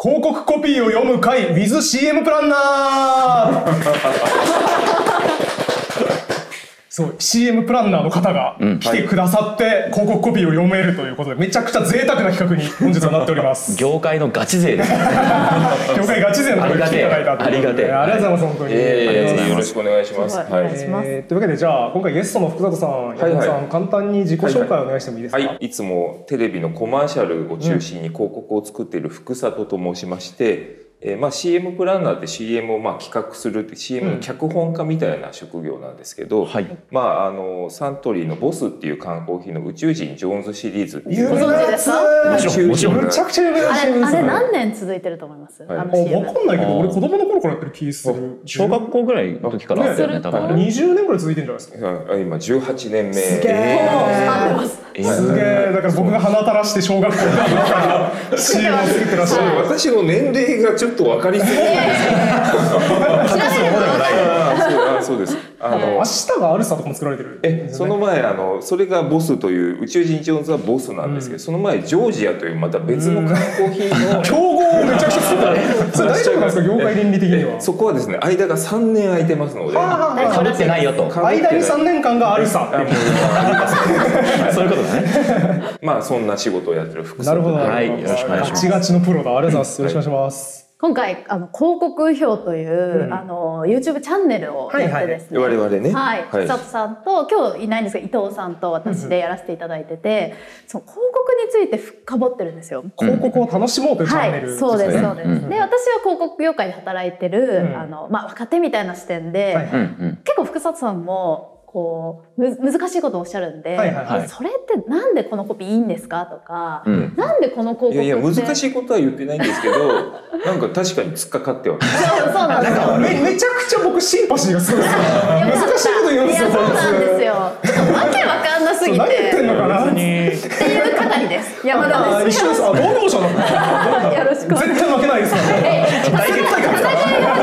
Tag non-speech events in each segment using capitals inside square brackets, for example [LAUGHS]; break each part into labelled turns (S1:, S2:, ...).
S1: 広告コピーを読む会 WithCM プラン
S2: [LAUGHS]
S1: ナーそう CM プランナーの方が
S2: うん
S1: 来てくださって、広告コピーを読めるということでめちゃくちゃ贅沢な企画に本日はなっておりま
S2: [LAUGHS]
S1: す
S2: 業界のガチ勢 [LAUGHS] ですね。
S1: 業界ガチ勢の方に来ていただいたということで
S2: あ
S1: あ
S2: り
S1: り
S2: が
S1: がとうござい
S2: てえ
S1: ます本当に、
S2: ええ
S1: ありがとうございます
S2: ええ
S3: よろしくお願いします。
S4: はい
S3: はい。
S4: ます
S1: えーというわけでじゃあ今回ゲストの福里さん、山
S3: い
S1: 本さん簡単に自己紹介をお願いしてもいいですか、
S3: はい、いつもテレビのコマーシャルを中心に広告を作っている福里と申しまして、えーまあ、CM プランナーって CM をまあ企画するって CM の脚本家みたいな職業なんですけど、
S2: はい。
S3: まあ、あのサントリーのボスっていう缶コーヒーの宇宙人ジョーンズシリーズってい
S1: 有
S3: う
S1: 名なやつ
S2: もちろんもちろん
S1: むちゃくちゃ有名な
S4: あ
S1: CM
S4: れ
S1: です
S4: あれ
S1: ね
S4: 何年続いてると思います、
S3: はい
S4: あの
S1: あ、わ
S4: CM
S1: かんないけ
S2: あ
S1: ど、
S2: ー
S1: 俺子供の頃からやってる気する。
S2: [LAUGHS] 小学校ぐらいの時からあったよね、
S4: ね
S2: 多
S1: 校
S2: 分ね。
S1: 20年ぐらい続いてるんじゃないですか。
S3: はい今18年
S4: あ
S3: 目
S1: え。
S4: 合ってます
S2: え
S1: すげえ、だから僕が鼻垂らして小学校の時から CM を作ってらっしゃる。
S3: 私の年齢がちょっと分かりづらいあそうですあの
S1: 明日があるさとかも作られてる。
S3: えその前あのそれがボスという宇宙人ジョーンズはボスなんですけど、その前ジョージアというまた別の缶コーヒーの、
S1: 競合をめちゃくちゃ作った [LAUGHS] ね。それ大丈夫なんですか、業界倫理的には。
S3: [LAUGHS] そこはですね間が3年空いてますので
S1: あー
S2: かぶってないよと。
S3: かぶってない
S1: 間に3年間があるさって
S3: あ
S1: い
S3: も
S1: う
S3: うありま
S2: [LAUGHS]
S3: す
S2: そういうことですね。
S3: [LAUGHS] まあそんな仕事をやってる福
S1: なるほど。
S2: はいよろしくお願いします
S1: ガチガチのプロだ。ありがとうございます。よろしくお願いします。
S4: 今回あの広告票という、
S1: うん
S4: あの YouTube チャンネルをやってですね、
S3: 我々ね
S4: はい、
S3: は
S4: 佐藤さんと今日いないんですけど伊藤さんと私でやらせていただいてて、その広告について深掘ってるんですよ。
S1: 広告を楽しもうというチ
S4: は
S1: ャンネ
S4: い
S1: ル、。
S4: そうです
S2: ね
S4: そうです。
S2: うん
S4: で、私は広告業界で働いてる、
S1: うん
S4: あのまあ若手みたいな視点で、
S1: はい
S2: うんうん。
S4: 結構福里さんもこうむ難しいことをおっしゃるんで、
S1: はいはい
S2: はい
S4: それってなんでこのコピーいいんですかとか、
S2: うん。
S4: なんでこの広告っ
S3: い
S4: て
S3: やいや難
S4: い。
S3: しいことは言ってないんですけどなんか確かに突っかかっては
S4: そうそうなんですよ。
S1: めめちゃくちゃ僕シンパシーがすごいです
S4: よかった
S1: 難しいこと言うんですよ
S4: いやそうなんですよ。ちょっとわけわかんなすぎて
S1: 何言ってんのかな
S2: 別に。
S4: っていう方にです。山
S1: あ
S4: 田
S1: ー
S4: で
S1: 一
S4: す。
S1: 緒ですあ同業者だ
S4: [LAUGHS]
S1: った
S4: よろしくお願いし
S1: 絶対負けないですか
S4: [LAUGHS]
S1: らね
S4: ます。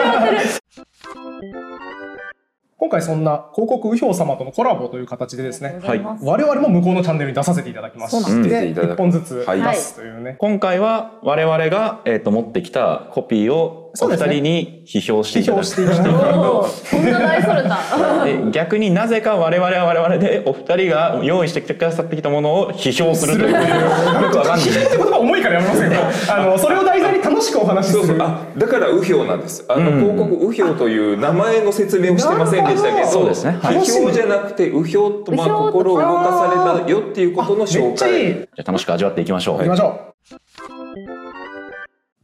S1: 今回そんな広告右表様とのコラボという形でですね
S2: はい
S1: 我々も向こうのチャンネルに出させていただきまし
S4: そう
S3: なんです
S1: て
S3: 出ていただく
S1: 一本ずつ
S3: はい
S1: 出すというね
S2: 今回は我々が、えー、と持ってきたコピーを
S1: そ
S2: お
S1: う
S2: 二
S1: ですね
S2: 人に批評してい
S1: 批
S2: ただ
S1: 評
S2: く
S1: していただ
S4: お
S1: く
S4: おー、こんな大それた。
S2: で逆になぜか我々は我々でお二人が用意してきてくださってきたものを批評するというよくわかんない
S1: 批評って言葉重いからやめませんかあのそれを題材に楽しくお話し
S3: そう
S1: す
S3: そう
S1: る
S3: あだから右票なんですあの、
S2: うん
S3: 広告右票という名前の説明をしてませんでしたけ
S1: なる
S3: ど
S1: ほど
S2: そうですねはい
S3: 右票じゃなくて右票と、まあ、
S4: 右票と
S3: 心を動かされたよっていうことの
S1: めっ
S3: 紹
S1: ちゃい
S3: 介
S1: い
S2: じゃあ楽しく味わっていきましょ
S1: 行
S2: うは
S1: き
S2: い、
S1: ましょう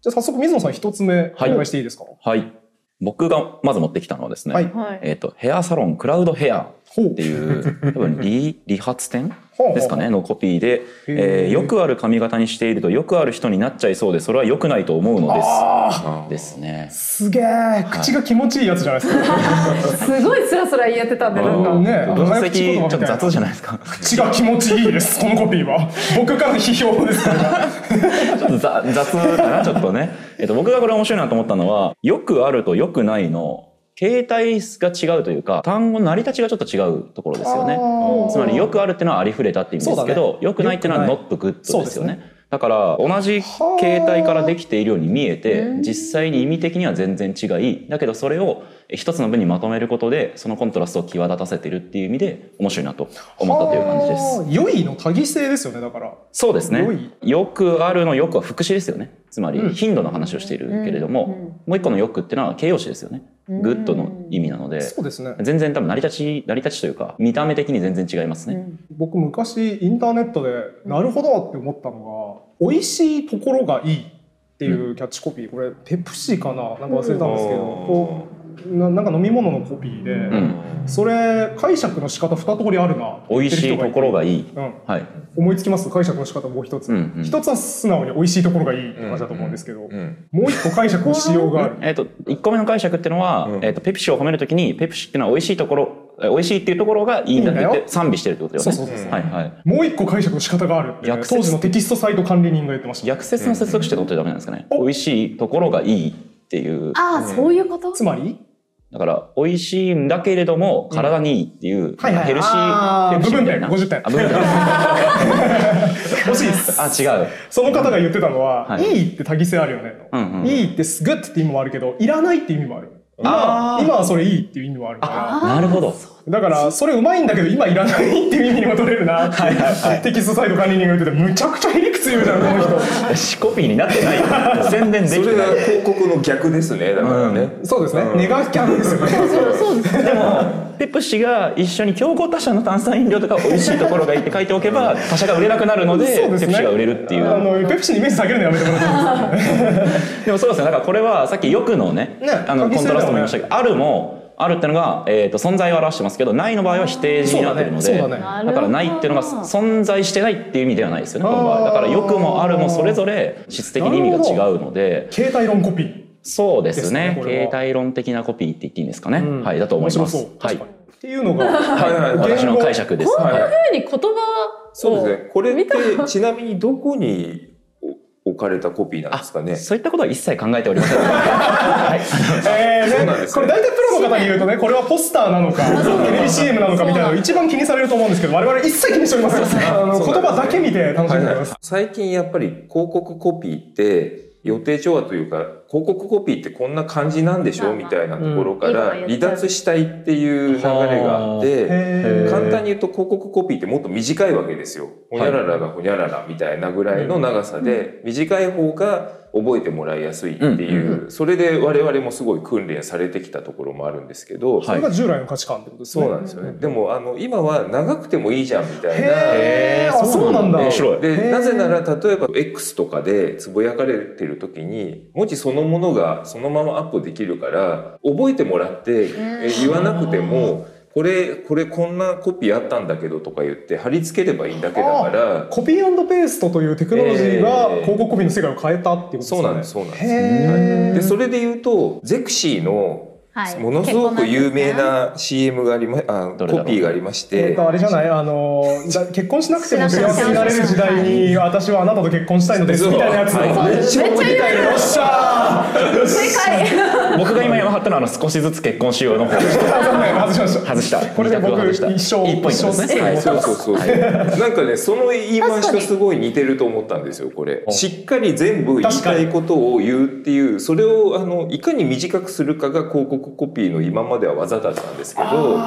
S1: じゃあ早速水野さん一つ目お
S2: はい
S1: 願いしていいですか
S2: 僕がまず持ってきたのはですね、
S1: はい
S4: はい。
S2: えー、とヘアサロンクラウドヘアっ
S1: ほう
S2: ていう多分理理髪店
S1: ほう
S2: ですかねのコピーで、
S1: へー
S2: えーよくある髪型にしているとよくある人になっちゃいそうでそれは良くないと思うのです
S1: あ
S2: ですね
S1: ーすげえ口が気持ちいいやつじゃないですか
S4: すごいスラスラ言ってたんで、なんか。
S1: ね
S2: 分析ちょっと雑
S1: じ
S2: じゃないですか [LAUGHS]
S1: 口が気持ちいいですこのコピーは僕からの批評ですから
S2: ちょっとざ雑かな、ちょっとね。えっと、僕がこれ面白いなと思ったのは、よくあるとよくないの、形態が違うというか、単語の成り立ちがちょっと違うところですよね。つまり、よくあるっていうのはありふれたって意味です
S1: そ
S2: け
S1: う
S2: ど、よくないっていうのは
S1: 良
S2: ノ
S1: く
S2: ットグッ
S1: そう
S2: ド
S1: で
S2: ですす
S1: ね
S2: よね。だから、同じ形態からできているように見えて
S4: はあ、
S2: 実際に意味的には全然違い、だけどそれを一つの文にまとめることで、そのコントラストを際立たせているっていう意味で、面白いなと思ったという感じです。
S1: す良いの多義性ですよねだから
S2: そうです
S1: 良
S2: ね
S1: い。
S2: よくあるのよくは副詞ですよね。つま
S1: うん
S2: り頻度の話をしているけれども、
S4: うんうん
S2: もう一個のよくってのは形容詞ですよね。
S4: うん
S2: グッドの意味なので、
S1: そうですね
S2: 全然多分成り立ち成り立ちというか見た目的に全然違いますね。
S1: 僕昔インターネットでなるほどって思ったのが美味しいところがいいっていうキャッチコピーこれペプシかななんか忘れたんですけどこうななんか飲み物のコピーで、
S2: うん。
S1: それ解釈の仕方二通りあるな
S2: 美味しいところがいい。
S1: うん
S2: はい。
S1: 思いつきます解釈の仕方もう一つ、
S2: うんうん
S1: 一つは素直に美味しいところがいいって話だと思うんですけど、
S3: うん
S1: もう一個解釈のしようがある
S2: えっ、と一個目の解釈っていうのは、
S3: うん
S2: えっ、とペプシを褒めるときにペプシっていうのは美味しいところ、え美味しいっていうところがいいんだって言っ
S1: いいんだ
S2: て賛美してるってことよ
S1: そ
S2: ね。
S1: うそうそうそう
S2: はいはい。
S1: もう一個解釈の仕方があるって、
S2: 訳説
S1: 当時のテキストサイト管理人が言ってました
S2: 逆説の接続詞って取ってダメなんですかね。
S1: うん
S2: 美味しいところがいいっていう。
S4: ああ、そういうこと。
S1: つまり
S2: だから美味しいんだけれども体にいいっていう、
S1: はいはい
S2: ヘルシー
S1: あー
S2: ヘルシーみたい
S1: 部
S2: な
S1: 分点50点
S2: あ部分点
S1: 惜しいですです
S2: あ、違う。
S1: その方が言ってたのは、、
S2: はいい
S1: いって多義性あるよねと、
S2: うんうん
S1: いいってすぐって意味もあるけどいらないって意味もある
S2: あ
S1: 今
S2: ー
S1: 今はそれいいっていう意味もあるから
S4: あー
S2: なるほど。
S1: だからそれうまいんだけど今いらないっていう意味にも取れるなってテキストサイド管理人が言っててむちゃくちゃへりくつ言うじゃんこの人
S2: シコピーになって [LAUGHS] ないよ。宣伝で
S3: そ
S2: きて
S3: れ
S2: な
S3: が
S2: い。
S3: 広告の逆ですねだからね、
S1: [LAUGHS] そうですね、
S3: うん
S1: ネガキャンですよね
S4: そうそうです
S2: でも、ペプシが一緒に競合他社の炭酸飲料とか美味しいところがいいって書いておけば、他社が売れなくなるので、
S1: そうです
S2: ペ
S1: ね
S2: プシが売れるってい
S1: あ
S2: う。
S1: のペプシにメッセ下げるのやめてもらっていいですか
S2: でもそうですね。だからこれはさっきよくのね、
S1: ね
S2: あの
S1: 鍵
S2: コン
S1: 性だよね
S2: トラストも言いましたけど、あるも、あるってのが、えー、と存在を表してますけどないの場合は否定になってるの
S1: そう
S2: で
S1: だねそうだね
S4: なるほど
S2: だからないっていうのが存在してないっていう意味ではないですよねこの場
S1: あー
S2: 合だからよくもあるもそれぞれ質的に意味が違うので
S1: 携帯論コピー
S2: そうです
S1: で
S2: ね
S1: すねこれは
S2: 携帯論的なコピーって言っていいんですかね、
S1: うん
S2: はいだと思います
S1: 面白そう
S2: はい
S1: 確かにっていうのが
S3: [LAUGHS] はいはいはい
S2: 私の解釈です
S3: はい
S4: こういうふうに言葉を
S3: そうですねこれってちなみにどこに置かれたコピーなんですかね
S2: そういったことは一切考えておりませんはい
S1: えー
S3: そうなん
S1: ね
S3: で、す
S1: こ
S3: ね
S1: れ大体プロの方に言うとねこれはポスターなのかテレビ CM なのかみたいなの一番気にされると思うんですけど我々一切気にしておりませんあの
S3: そう
S1: 言
S3: な
S1: 葉
S3: んですね
S1: だけ見て楽しんでおります
S3: 最近やっぱり広告コピーって予定調和というか広告コピーってこんな感じなんでしょみたいなところから離脱したいっていう流れがあって
S1: へー
S3: 簡単に言うと広告コピーってもっと短いわけですよ。ほにゃららがほにゃららみたいなぐらいの長さで短い方が覚えてもらいやすいっていうそれで我々もすごい訓練されてきたところもあるんですけど
S1: それが従来の価値観ってことですね
S3: そうなんですよね。でもあの今は長くてもいいじゃんみたいな。
S1: へーあそうなんだ
S2: 面白い
S1: へー
S3: でなぜなら例えば X とかでつぶやかれてる時に文字そのものがそのままアップできるから覚えてもらってえ言わなくてもこれこれこんなコピーあったんだけどとか言って貼り付ければいいだけだから
S1: コピーペーストというテクノロジーが
S3: えー
S1: 広告コピーの世界を変えたっていうことですね
S3: そうなんですそうなんです。
S1: へー
S3: でそれで言うとゼクシーの
S4: はい
S3: ものすごく有名な CM がありまあ
S2: どれだろう
S3: コピーがありまし
S1: なん
S3: て
S1: かあれじゃないあのじゃ結婚しなくても
S4: しな
S1: 幸
S4: くて
S1: せ
S4: も
S1: になれる時代に私はあなたと結婚したいのですみたいなやつ
S3: そう
S4: そうですめっちゃ有名
S1: よっしゃー
S4: 正解
S2: 僕が今山張ったのはあの少しずつ結婚しようの方でした
S1: 残念外しました
S2: 外した
S1: これで僕
S2: 二択を外した
S1: 一生
S2: いいポイントですね
S1: 一生
S2: はい
S3: そうそうそう。なんかね、その言い回しとすごい似てると思ったんですよ、これ。しっかり全部言いたいことを言うっていう、それを、あの、いかに短くするかが広告コピーの今までは技だったんですけど、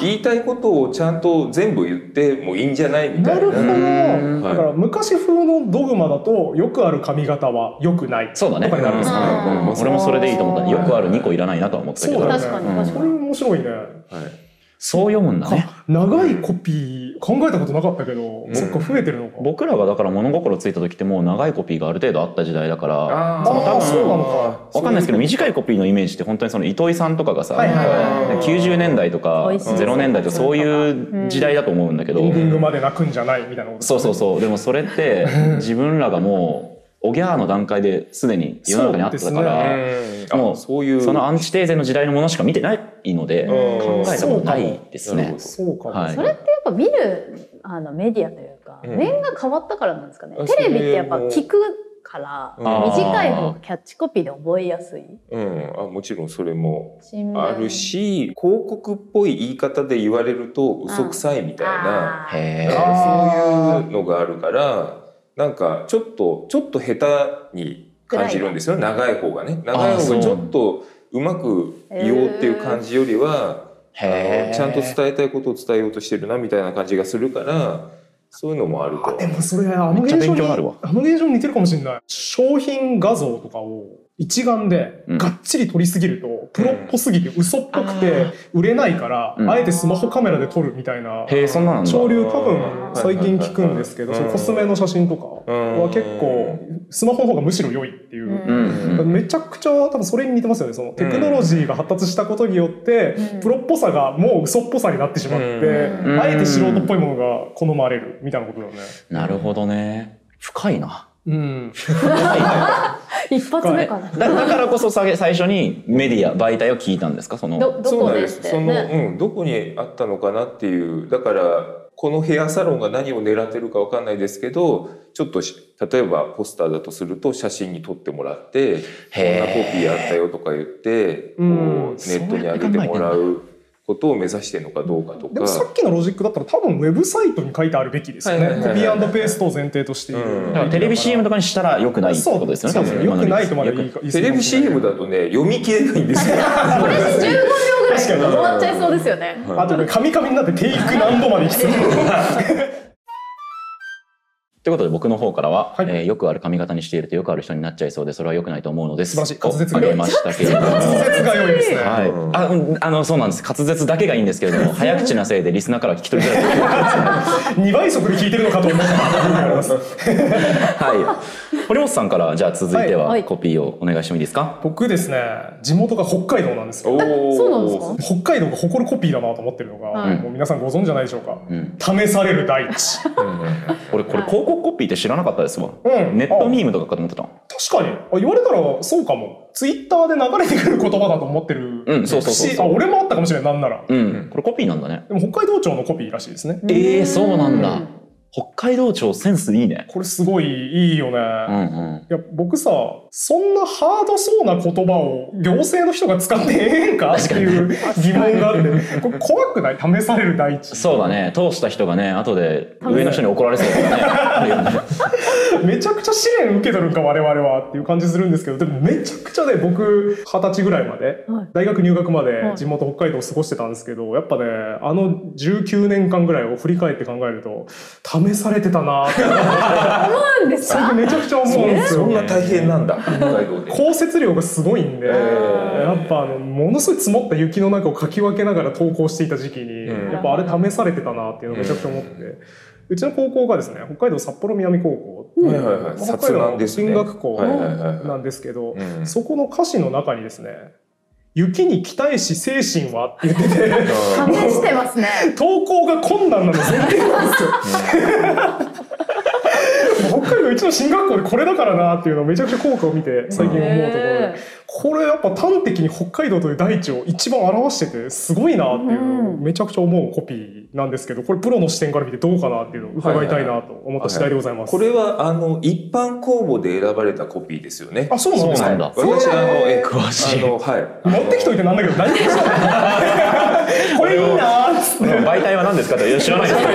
S3: 言いたいことをちゃんと全部言ってもいいんじゃないみた
S1: ないるほど、
S3: な。
S2: ん
S1: だから昔風のドグマだとよくある髪型はよくない
S2: そうだね
S1: とかになるんですかね、
S4: うん
S2: うん俺もそれでいいと思ったよくある2個いらないなとは思ったけ
S1: そ
S2: ど
S1: うだ
S2: そう,、
S1: ね
S4: 確かに確かに
S1: それ面白いね
S3: はい
S2: 読むんだね
S1: 長いコピー考えたことなかったけど、
S3: ん
S1: そっか増えてるのか
S2: 僕らがだから物心ついた時ってもう長いコピーがある程度あった時代だから
S3: あ
S1: ーあーそうなの
S2: わかんないですけど短いコピーのイメージって本当にその糸井さんとかがさ、
S1: はいはい
S3: はい
S2: 90年代とか
S4: 美味しい
S2: 0年代とかそういう時代だと思うんだけど、
S1: エンディングまで泣くんじゃないみたいなこと
S2: そうそうそうでもそれって自分らがもうおぎゃーの段階ですでに世の中にあったか
S1: そう
S2: ら
S3: うん
S2: もう
S3: あそういう。
S2: そのアンチテーゼの時代のものしか見てないので
S3: う
S2: 考
S3: ん
S2: えたことないです
S3: なる
S2: ね
S3: ほ。
S1: そうかも、
S2: はい
S4: それってやっぱ見るあのメディアというか、
S3: うん
S4: 面が変わったからなんですかね
S3: あ
S4: テレビってやっぱ
S3: それも
S4: 聞くから
S3: うん
S4: 短い方がキャッチコピーで覚えやすい
S3: うん。あ、もちろんそれも
S4: 新聞
S3: あるし、広告っぽい言い方で言われると嘘くさいみたいな。
S4: あー
S2: へ
S1: あ
S2: ー
S1: ー
S3: そういうのがあるからなんかちょっとちょっと下手に感じるんですよ長い方がね長い
S2: あー
S3: 方
S2: そう
S3: がちょっとうまく言おうっていう感じよりは、
S2: へ
S3: あ
S2: ー
S3: のちゃんと伝えたいことを伝えようとしてるなみたいな感じがするからそういうのもあると
S1: あでもそれあの
S2: めっちゃ
S1: 現象
S2: 勉
S1: に
S2: 強になるわ
S1: あの現象に似てるかもしれない商品画像とかを一眼で
S2: うん
S1: がっちり撮りすぎると、プロっぽすぎて嘘っぽくて売れないから、
S2: うん
S1: あえてスマホカメラで撮るみたいな
S2: へえそんなのなんだ
S1: 潮流多分最近聞くんですけど、
S3: うん
S1: そのコスメの写真とかは結構スマホの方がむしろ良いっていう、
S4: うん
S2: うんうん
S1: めちゃくちゃ多分それに似てますよねそのテクノロジーが発達したことによって、
S4: うん
S1: プロっぽさがもう嘘っぽさになってしまって、
S4: うん
S1: あえて素人っぽいものが好まれるみたいなことだよね。
S2: なるほどね深いな
S1: うん、
S4: 一発目かな
S2: だだからこそさ最初にメディア媒体を聞いたんですかその
S4: どど
S3: そう
S4: こ
S3: なん
S4: で
S3: で
S4: っ
S3: す
S4: て
S3: その、
S4: ね
S3: うん、どこにあったのかなっていうだからこのヘアサロンが何を狙ってるかわかんないですけどちょっとし例えばポスターだとすると写真に撮ってもらってこんなコピーあったよとか言って、
S1: うん
S3: こうネットに上げてもらうことを目指してるのかどうかと
S1: でも
S3: か。
S1: さっきのロジックだったら多分ウェブサイトに書いてあるべきですよね。
S3: はいはいはいはい
S1: コピーペーストを前提としている
S3: うん。
S2: だからテレビ CM とかにしたら良くないってことですよね。
S1: そ
S2: 多
S1: うそう
S2: 分
S1: よ
S2: 今の
S1: く
S2: 理
S1: ない
S2: 屈
S1: とまで
S2: よ
S1: 言い言い過ぎ
S3: テレ
S1: かも
S3: ビ
S1: しれない
S3: CM だとね読み切れないんですよ。
S4: これで15秒ぐらいで終わっちゃいそうですよね。
S1: あとでカミカミになってテイク何度まで行きそう。
S2: ということで僕の方からは、
S1: はい
S2: えーよくある髪型にしているとよくある人になっちゃいそうでそれは良くないと思うのです
S1: 素晴らしい滑舌
S2: と
S1: が
S2: あげましたけれども。
S1: 説が良いですね。
S2: はい、あうんあのそうなんです滑舌だけがいいんですけれ [LAUGHS] ども早口なせいでリスナーからは聞き取りづらいという [LAUGHS] ことですね
S1: 2倍速で聞いてるのかと思った。
S2: はい堀本さんからじゃあ続いて
S4: は
S2: はいコピーをお願いしてもいいですか、
S1: 僕ですね、地元が北海道なんですよ。
S4: そうなんですか
S1: 北海道が誇るコピーだなと思ってるのが、
S4: はい
S1: もう皆さんご存知じゃないでしょうか。
S2: うん、
S1: 試される大地。
S2: 俺これ広告コピーって知らなかったですわ、
S1: うん
S2: ネットミームとかかと思ってた
S1: 確かにあ言われたらそうかもツイッターで流れてくる言葉だと思ってる
S2: うんそうそうそうそう
S1: しあ俺もあったかもしれないなんなら、
S2: うんこれコピーなんだね
S1: でも北海道庁のコピーらしいですね
S2: ええそうなんだ北海道庁センスいいね
S1: これすごいいいよね、
S2: うんうん
S1: いや僕さそんなハードそうな言葉を行政の人が使ってええんかっていう疑問があってこれ怖くない試される第一
S2: そうだね通した人がね後で上の人に怒られそうだねあるよ [LAUGHS] ね
S1: めちゃくちゃ試練受けとるんか我々はっていう感じするんですけどでもめちゃくちゃね僕二十歳ぐらいまで、
S4: はい
S1: 大学入学まで
S4: はい
S1: 地元北海道を過ごしてたんですけどやっぱねあの19年間ぐらいを振り返って考えると試されてたなーって
S4: 思うんです
S1: 最
S4: か
S1: 近めちゃくちゃ思うんです
S3: そ
S1: よ
S3: ん。な大変なんだ北海道で。
S1: 降雪量がすごいんで、やっぱあのものすごい積もった雪の中をかき分けながら登校していた時期に、
S3: うん
S1: やっぱあれ試されてたなっていうのをめちゃくちゃ思ってて、うちの高校がですね北海道札幌南高校っていう
S3: はいはいはい。
S1: 北
S3: 殺
S1: 海道
S3: 難
S1: の
S3: ですね。
S1: 進学校
S3: はいはいはい
S1: なんですけど、
S3: うん
S1: そこの歌詞の中にですね「雪に期待し精神は」って言ってて [LAUGHS]
S4: 関連してますね。
S1: 投稿が困難なの前提なんですよ。 [LAUGHS] 北海道一の進学校でこれだからなっていうのをめちゃくちゃ効果を見て最近思うところで
S4: へー
S1: これやっぱ端的に北海道という大地を一番表しててすごいなっていうのをめちゃくちゃ思うコピーなんですけどこれプロの視点から見てどうかなっていうのを伺いたいなと思った次第でございます。
S3: [LAUGHS] これはあの一般公募で選ばれたコピーですよね。
S1: あそうなんです
S2: そうな
S1: か
S2: んだ
S3: 私あのえ
S2: 詳しい
S3: あのはい。
S1: 持ってきといてなんだけど何もしてない。これいいなーっつって
S2: 媒体は [LAUGHS] 何ですかっていや知らないですけ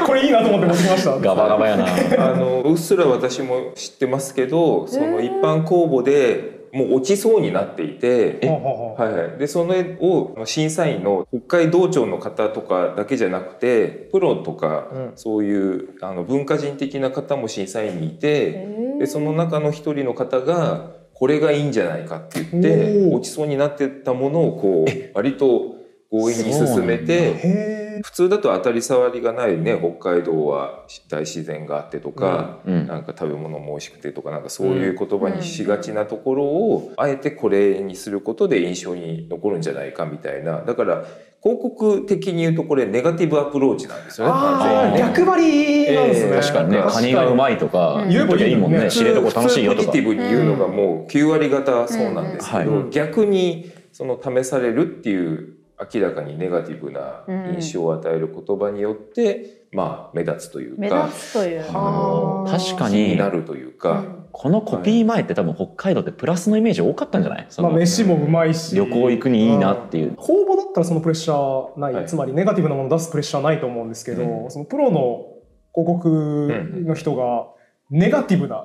S2: ど [LAUGHS]
S1: これいいなと思って持ってきました。
S2: ガバガバやな
S3: あのうっすら私も知ってますけど、その一般公募でもう落ちそうになっていて。
S1: はあはあはあ
S3: はいはい、でそれを審査員の北海道庁の方とかだけじゃなくてプロとか、
S1: うん
S3: そういうあの文化人的な方も審査員にいてでその中の一人の方がこれがいいんじゃないかって言って
S1: おー
S3: 落ちそうになってたものをこう割と強引に進めて
S1: へ
S3: 普通だと当たり障りがないね北海道は大自然があってとか。
S2: うん
S3: なんか食べ物も美味しくてとかなんかそういう言葉にしがちなところを、あえてこれにすることで印象に残るんじゃないかみたいなだから広告的に言うとこれネガティブアプローチなんですよね。
S1: あ
S3: 完
S1: あ
S3: 全にね
S1: 逆張りなんですね、
S3: ええ
S2: 確かにねカニがうまいとか
S4: うん
S2: 言うときゃいいもん
S1: 言えばいいもんね
S2: ね知床楽しいよと
S3: 普通ポジ
S2: か
S3: ティブに言うのがもう9割方そうなんです
S2: う
S3: けど、
S2: ん
S1: うんはい
S3: 逆にその試されるっていう明らかにネガティブな印象を与える言葉によって、まあ目立つという
S4: 目
S3: か
S4: 立つという。
S2: あの確か
S3: に
S2: に
S3: なるというか。
S2: このコピー前って多分北海道ってプラスのイメージ多かったんじゃないそ
S1: まあ
S2: の
S1: 飯もうまいし
S2: 旅行行くにいいなっていう
S1: 公募だったらそのプレッシャーない、
S3: はい
S1: つまりネガティブなものを出すプレッシャーないと思うんですけど、
S3: う
S1: そのプロの広告の人がネガティブな、
S3: うん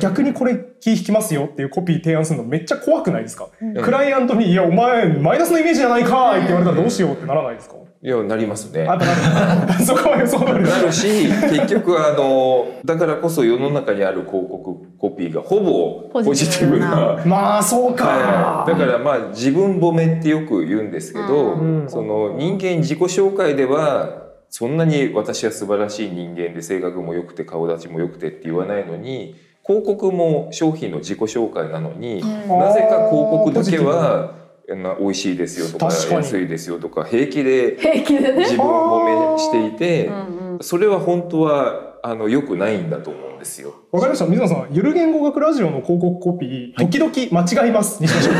S1: 逆にこれ気引きますよっていうコピー提案するのめっちゃ怖くないですか、
S4: うん
S1: クライアントに「いやお前マイナスのイメージじゃないかい!」って言われたらどうしようってならないですか、
S3: いやなりますね。
S1: あやっぱなんか [LAUGHS] そこは予想通りです
S3: なるし結局あのだからこそ世の中にある広告コピーがほぼポ
S4: ポ
S3: ジ
S4: ジ
S3: テ
S4: テ
S3: ィ
S4: ィ
S3: ブ
S4: ブ
S3: な
S4: な。
S1: まあそうか、
S3: はいだからまあ自分褒めってよく言うんですけど、
S1: うん
S3: その人間自己紹介ではそんなに私は素晴らしい人間で性格も良くて顔立ちも良くてって言わないのに広告も商品の自己紹介なのに、
S4: うん
S3: なぜか広告だけはあの美味しいですよとか
S1: 確かに
S3: 安いですよとか平気で
S4: 平気でね。
S3: 自分褒めしていて。
S4: うんうん
S3: それは本当はあの良くないんだと思うんですよ。
S1: わかりました水野さんゆる言語学ラジオの広告コピー時々間違います、にしましょう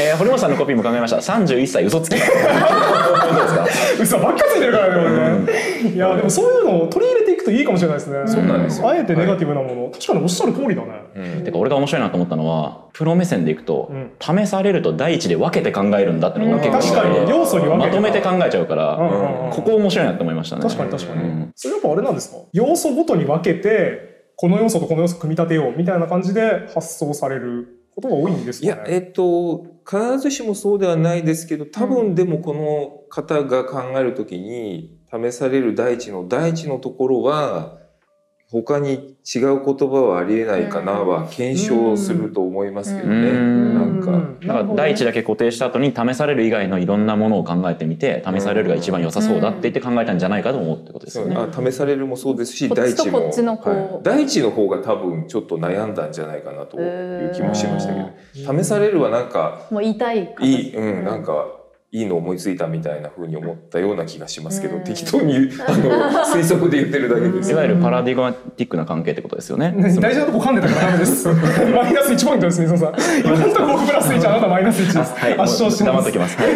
S2: えー堀本さんのコピーも考えました31歳嘘つきどうですか
S1: 嘘ばっかついてるからね俺ねいやでもそういうのを取り入れていくといいかもしれないですね
S3: そうなんですよ
S1: あえてネガティブなもの、確かにおっしゃる通りだね
S3: うん
S2: てか俺が面白いなと思ったのはプロ目線でいくと、
S1: うん
S2: 試されると第一で分けて考えるんだってのが結
S1: 確
S2: 構
S1: か
S2: 意外
S1: に
S2: で
S1: 要素に分け
S2: ま
S1: て
S2: とめて考えちゃうから、
S1: うんうんうん
S2: ここ面白いなって思いましたね。
S1: 確かに確かに、
S2: うん
S1: それやっぱあれなんですか要素ごとに分けてこの要素とこの要素組み立てようみたいな感じで発想されることが多いんです
S3: い
S1: か
S3: や、
S1: ね
S3: えっと、必ずしもそうではないですけど、多分でもこの方が考えるときに、試される大地の大地のところは、他に違う言葉はありえないかなは検証すると思いますけどね。
S2: うん
S3: なんか、
S2: だから第一
S4: だ
S2: だけ固定した後に試される以外のいろんなものを考えてみて試されるが一番良さそうだって言って考えたんじゃないかと思うってことです
S3: そ
S2: よ
S3: う
S2: ね。
S3: あ試されるもそうですし
S4: こっ
S3: 大
S4: ちと
S3: 地も
S4: こっちのこう
S3: はい大地の方が多分ちょっと悩んだんじゃないかなという気もしましたけど、試されるはなんか
S4: もう言いたい
S3: いい、うん
S4: うん
S3: なんかいいの思いついたみたいな風に思ったような気がしますけど、
S4: うん
S3: 適当にあの推測で言ってるだけです
S2: いわゆるパラディグマティックな関係ってことですよね。
S1: ね大事なとこ噛んでたからダメですマイナス1ポイントですねそのさん今のところプラス1あなたマイナス1です、
S2: はい、
S1: 圧勝して
S2: 黙
S1: ま
S2: っ
S1: す
S2: ときます。
S3: [LAUGHS]
S2: はいい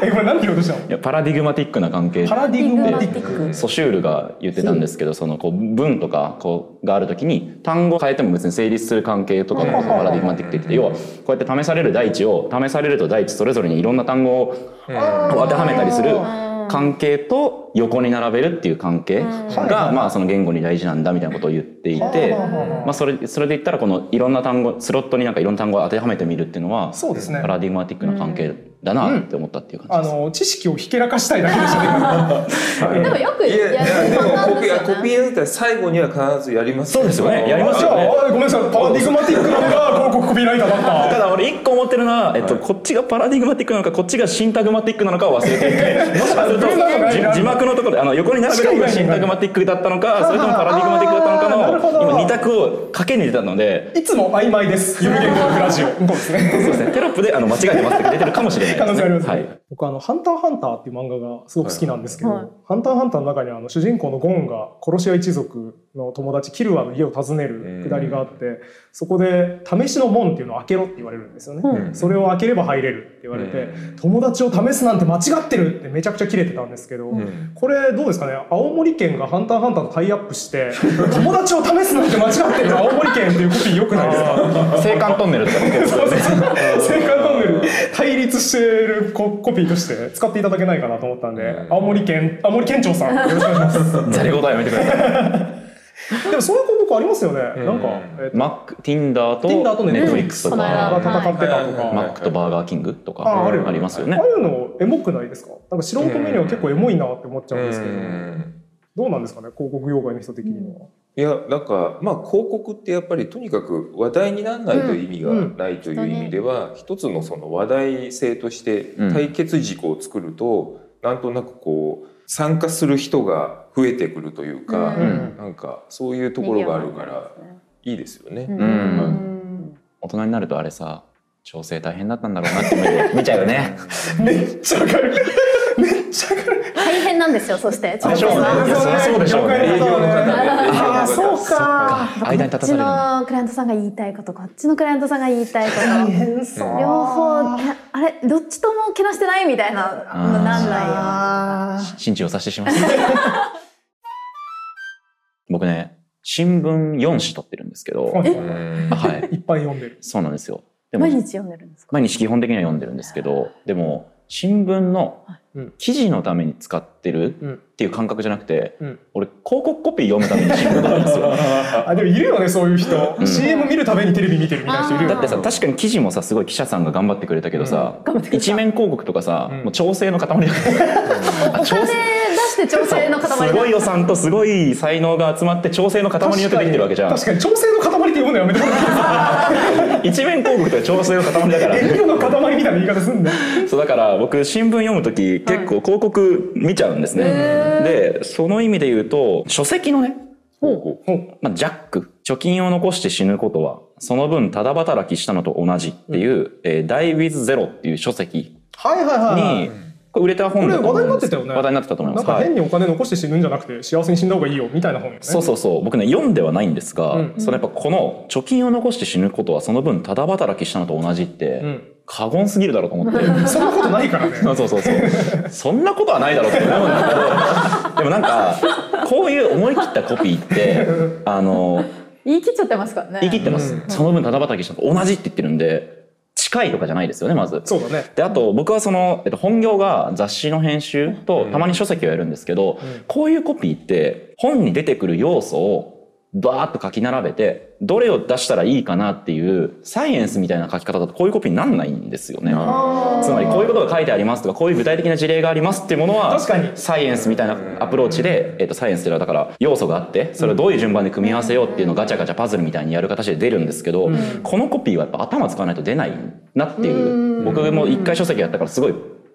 S1: えこれ何て言おうとしたの
S2: やパラディグマティックな関係
S1: パラディグマティック
S4: ク
S2: ソシュールが言ってたんですけどそのこう文とかこうがあるときに単語変えても別に成立する関係とかのことをパラディグマティックって言って要はこうやって試される大地を試されると大地それぞれにいろんな単語を当てはめたりする関係と横に並べるっていう関係がまあその言語に大事なんだみたいなことを言っていて。まあ、それそれで言ったらこのいろんな単語スロットになんかいろんな単語を当てはめてみるっていうのは
S1: そうですね
S2: パラディグマティックな関係だなって思ったっていう
S1: あ
S2: 感じです。
S1: の知識をひけらかしたいだけでしたね
S3: はい
S4: でもよく
S3: いやい
S4: や
S3: や
S4: る
S3: でも
S4: パターン
S3: コ
S4: で
S3: ピ
S4: すよね
S3: ーコピーだったら最後には必ずやります
S2: [LAUGHS] そうですよねやります
S1: じ
S2: よ
S1: ゃ
S2: ね
S1: ああごめんなさいパラディグマティックな
S2: [LAUGHS]
S1: のが広告コピーライターだった
S2: ただ俺一個思ってるのは、えっと、こっちがパラディグマティックなのかこっちがシンタグマティックなのかを忘れてい [LAUGHS] てもしかすると
S1: そんなのないな
S2: 字字幕のところであの横に並べる方がシンタグマティックだったの [LAUGHS] かそれともパラディグマティックだった
S1: あーなる
S2: の
S1: ほ
S2: か
S1: ど
S2: の今二択を掛けに出たので
S1: いつも曖昧です。ゆる言語学ラジオ。
S2: [LAUGHS]
S1: そうですね。
S2: そうですねテロップであの間違えてますって出てるかもしれないです、ね、
S1: 可能性ありますね
S2: はい
S1: 僕あの、ハンターハンターっていう漫画がすごく好きなんですけど、
S4: はい
S1: ハンターハンターの中にあの、主人公のゴンが殺し屋一族の友達キルアの家を訪ねるくだりがあって、そこで、試しの門っていうのを開けろって言われるんですよね。
S4: うん
S1: それを開ければ入れるって言われて、友達を試すなんて間違ってるってめちゃくちゃキレてたんですけど、
S3: ん
S1: これどうですかね青森県がハンターハンターとタイアップして、友達を試すなんて間違ってる青森県っていうコピー良くないですか
S2: 青函トンネルとかね
S1: そうそうそう青函トンネル対立してるココピーとして使っていただけないかなと思ったんで、青森県青森県庁さんよろしくお願いしま
S2: ざれ言はやめてください
S1: すでもそういう広告ありますよね、なんか、えっと、
S2: [LAUGHS] マック Tinder と
S1: Tinder と
S2: Netflix と
S4: この間
S2: か
S1: が戦ってたとか、
S3: はい
S2: マックとバーガーキングと
S1: あ
S2: か
S1: ある
S2: ありますよね
S1: ああいうのエモくないですかなんか素人目には結構エモいなって思っちゃうんですけど、
S3: うん
S1: どうなんですかね広告業界の人的には、
S3: いやなんかまあ広告ってやっぱりとにかく話題にならないと意味がないという意味では、一つのその話題性として
S2: うん
S3: 対決軸を作ると、なんとなくこう参加する人が増えてくるというか、
S4: うん
S3: なんかそういうところがあるからいいですよね。
S4: うん
S2: ん大人になるとあれさ調整大変だったんだろうなって思って見ちゃう
S4: [LAUGHS]
S2: よね
S1: めっちゃ明るいめっちゃ明るい
S4: 大変なんですよそして
S2: でしょうねいやそりゃそうでしょうね
S3: 営業の方ね
S1: ああそうか
S2: 間に立た
S4: こっち
S2: されるの
S4: のクライアントさんが言いたいことこっちのクライアントさんが言いたいこと
S1: 大変そううん
S4: 両方けあれどっちともけなしてないみたいなのなんないよ
S2: 心中をさせてし
S1: [LAUGHS]
S2: まった。僕ね、新聞4紙取ってるんですけど、
S1: はい
S3: うん
S2: はい、
S1: いっぱい読んでる
S2: そうなんですよ。でも
S4: 毎日読んでるんですか
S2: 毎日基本的には読んでるんですけど、でも新聞の
S1: うん
S2: 記事のために使って
S1: うん
S2: るっていう感覚じゃなくて、
S1: うん
S2: 俺広告コピー読むために新聞取るんですよ。
S1: [LAUGHS] あでもいるよねそういう人、
S2: ん
S1: CM 見るためにテレビ見てるみたいな人いるよ
S2: だっ
S1: ね
S2: てさ確かに記事もさすごい記者さんが頑張ってくれたけどさ、一面広告とかさ、
S1: うん
S2: もう調整の塊だから、
S4: お金出して調整の塊
S2: すごい予算とすごい才能が集まって調整の塊によってできてるわけじゃん
S1: 確かに確かに調整の塊って呼ぶのやめてもらっていい
S2: 一面広告とか調整の塊だか [LAUGHS]
S1: ですか
S2: ら
S1: 遠慮の塊みたいな言い方すんだ
S2: そうだから僕新聞読む時結構広告見ちゃうんですね、でその意味で言うと書籍のね、
S1: ほうほ
S2: まあ、ジャック貯金を残して死ぬことはその分ただ働きしたのと同じっていう「えー、Die with Zero」っていう書籍
S1: はいはいはい
S2: に、これ売れた本だと思うんで
S1: こ
S2: す
S1: れ話題になってたよね
S2: 話題になってたと思い
S1: な
S2: ま
S1: ん
S2: す
S1: か
S2: はい
S1: 変にお金残して死ぬんじゃなくて幸せに死んだ方がいいよみたいな本よね
S2: そうそうそう僕ね読んではないんですが、
S1: うん
S2: そのやっぱこの貯金を残して死ぬことはその分ただ働きしたのと同じって、
S1: ん
S2: 過言すぎるだろうと思って。
S1: そんなことないからね
S2: そうそうそうそうそんなことはないだろうって思うんだけどでもなんかこういう思い切ったコピーってあの
S4: 言い切っちゃってますからね
S2: 言い切ってます、
S1: うん
S2: その分ただ働きしたのと同じって言ってるんで近いとかじゃないですよねまず
S1: そうだね。
S2: であと僕はその、えっと、本業が雑誌の編集と
S3: うん
S2: たまに書籍をやるんですけど、
S1: うん
S2: こういうコピーって本に出てくる要素をバーッと書き並べてどれを出したらいいかなっていうサイエンスみたいな書き方だとこういうコピーになんないんですよね。
S1: あー
S2: つまりこういうことが書いてありますとかこういう具体的な事例がありますっていうものは
S1: 確かに
S2: サイエンスみたいなアプローチで、えっとサイエンスっていうのはだから要素があってそれをどういう順番で組み合わせようっていうのをガチャガチャパズルみたいにやる形で出るんですけど、
S1: うん
S2: このコピーはやっぱ頭使わないと出ないなっていううん僕も一回書籍やったからすごい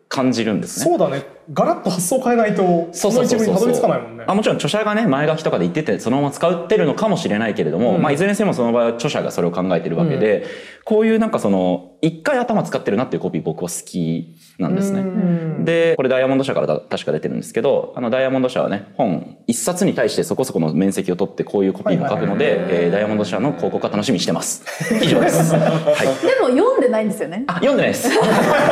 S2: 感じるんですね。
S1: そうだね。ガラッと発想変えないと、
S2: そ
S1: そう
S2: そ
S1: の
S2: う
S1: 一
S2: そ
S1: 部に
S2: うそう
S1: たどり着かないもんね。
S2: あもちろん著者がね前書きとかで言っててそのまま使ってるのかもしれないけれども、
S1: うん
S2: まあ、いずれにせよその場合は著者がそれを考えてるわけで、こういうなんかその一回頭使ってるなっていうコピー僕は好きなんですね。
S1: うん
S2: でこれダイヤモンド社からだ確か出てるんですけどあのダイヤモンド社はね本一冊に対してそこそこの面積を取ってこういうコピーも書くので、えーダイヤモンド社の広告は楽しみにして [LAUGHS] ます。以上です。はい、
S4: でも読んでないんですよね
S2: あ読んでない [LAUGHS] です。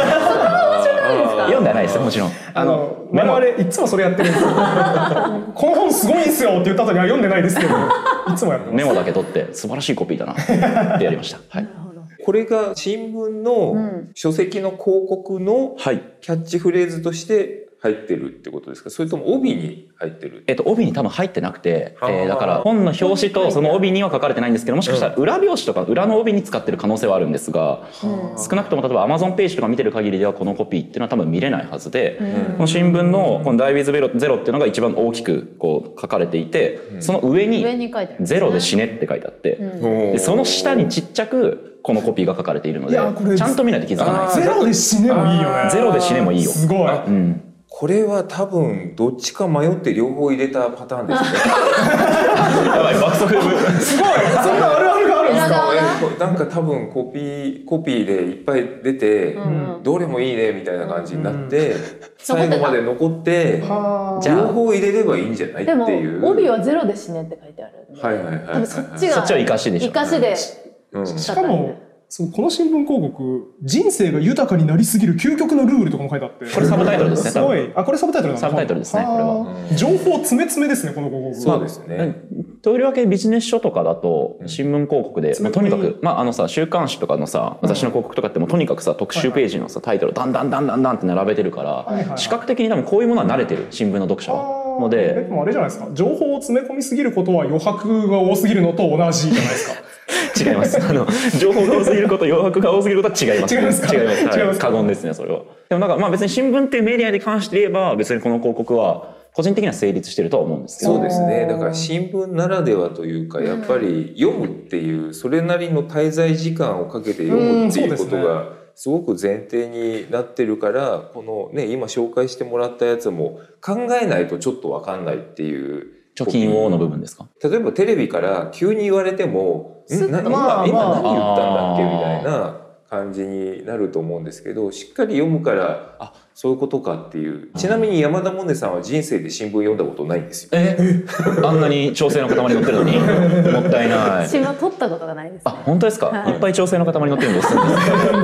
S2: 読んではないですよもちろん。
S1: あの我々いつもそれやってるん
S2: [LAUGHS]
S1: ですよ。この本すごいんすよって言った後には読んでないですけど、いつもやってま
S2: メ
S1: す。
S2: モだけ取って素晴らしいコピーだなってやりました。 [LAUGHS] はい
S4: なるほど
S3: これが新聞
S4: う
S3: の
S4: ん
S3: 書籍の広告の
S2: はい。
S3: キャッチフレーズとして入ってるってことですかそれとも帯に入ってる
S2: えっと、帯に多分入ってなくて、え
S3: あー
S2: ーだから本の表紙とその帯には書かれてないんですけどもしかしたら裏表紙とか裏の帯に使ってる可能性はあるんですが
S4: うん
S2: 少なくとも例えば Amazon ページとか見てる限りではこのコピーっていうのは多分見れないはずで、
S4: うん
S2: この新聞のこの「ダイビーズゼロ」っていうのが一番大きくこう書かれていてその
S4: 上
S2: 上に
S4: に書いてあ
S2: 「
S4: る
S2: ゼロで死ね」って書いてあって
S4: うん
S3: で
S2: でその下にちっちゃくこのコピーが書かれているので
S1: いやこれ
S2: ちゃんと見ないと気づかな
S3: あ
S1: ゼロで死ねもいいよ
S2: い「
S1: ね。
S2: ゼロで死ね」もいいよ。
S1: すごい。
S2: うん
S3: これは多分どっちか迷って両方入れたパターンですね
S2: やばい爆速
S1: すごい。そんなあるあるがあるんです
S4: 裏
S1: か。
S4: 側が
S3: [LAUGHS] なんか多分コピーコピーでいっぱい出て、
S4: うんうん
S3: どれもいいねみたいな感じになって、最後まで残って
S1: はあ
S2: じゃ
S3: 両方入れればいいんじゃないって
S4: でも
S3: いう
S4: 帯はゼロで死ねって書いてあるんで
S3: はいはいはいはいはい
S4: 多分そっちが
S2: そっちは生かしでしょ
S4: 生かしで
S3: うん
S1: しかもそのこの新聞広告人生が豊かになりすぎる究極のルールとかも書いてあって
S2: これサブタイトルですね
S1: すごいあこれサブタイトルなんだ
S2: サブタイトルですねこれは
S1: あー情報詰め詰めですねこの広告
S3: そうですね、
S2: とりわけビジネス書とかだと
S3: うん
S2: 新聞広告で、
S1: うん
S2: まあ、とにかく、まあ、あのさ週刊誌とかのさ雑誌の広告とかってもうとにかくさ特集ページのさタイトルをだんだんだんだんだんって並べてるから、
S1: はいはい
S2: 視覚的に多分こういうものは慣れてる新聞の読者は。の
S1: あーえ
S2: で
S1: でもあれじゃないですか情報を詰め込みすぎることは余白が多すぎるのと同じじゃないです
S2: [LAUGHS]
S1: か
S2: 違いますあの情報が多すぎること余白が多すぎることは違います
S1: 違いますか
S2: 違います,はい、
S1: 違いますか
S2: 過言ですねそれはでもなんかまあ別に新聞っていうメディアに関して言えば別にこの広告は個人的には成立してるとは思うんですけど
S3: そうですね
S1: あー
S3: だから新聞ならではというかやっぱり読むっていうそれなりの滞在時間をかけて読むっていうこと
S1: うんそ
S3: がすごく前提になってるからこのね今紹介してもらったやつも考えないとちょっと分かんないっていう
S2: 貯金をの部分ですか
S3: 例えばテレビから急に言われても「
S4: スッ
S3: んな
S4: と
S3: 今
S1: まあ
S3: 今
S1: まあ
S3: 何言ったんだっけ?」みたいな感じになると思うんですけどしっかり読むからあそういうことかっていうちなみに山田萌音さんは人生で新聞読んだことないんですよ。
S2: えあんなに調整の塊乗ってるのにもったいない
S4: 新聞取ったことがないです
S2: あ本当ですか、
S4: はい
S2: い、っぱい調整の塊乗ってるんです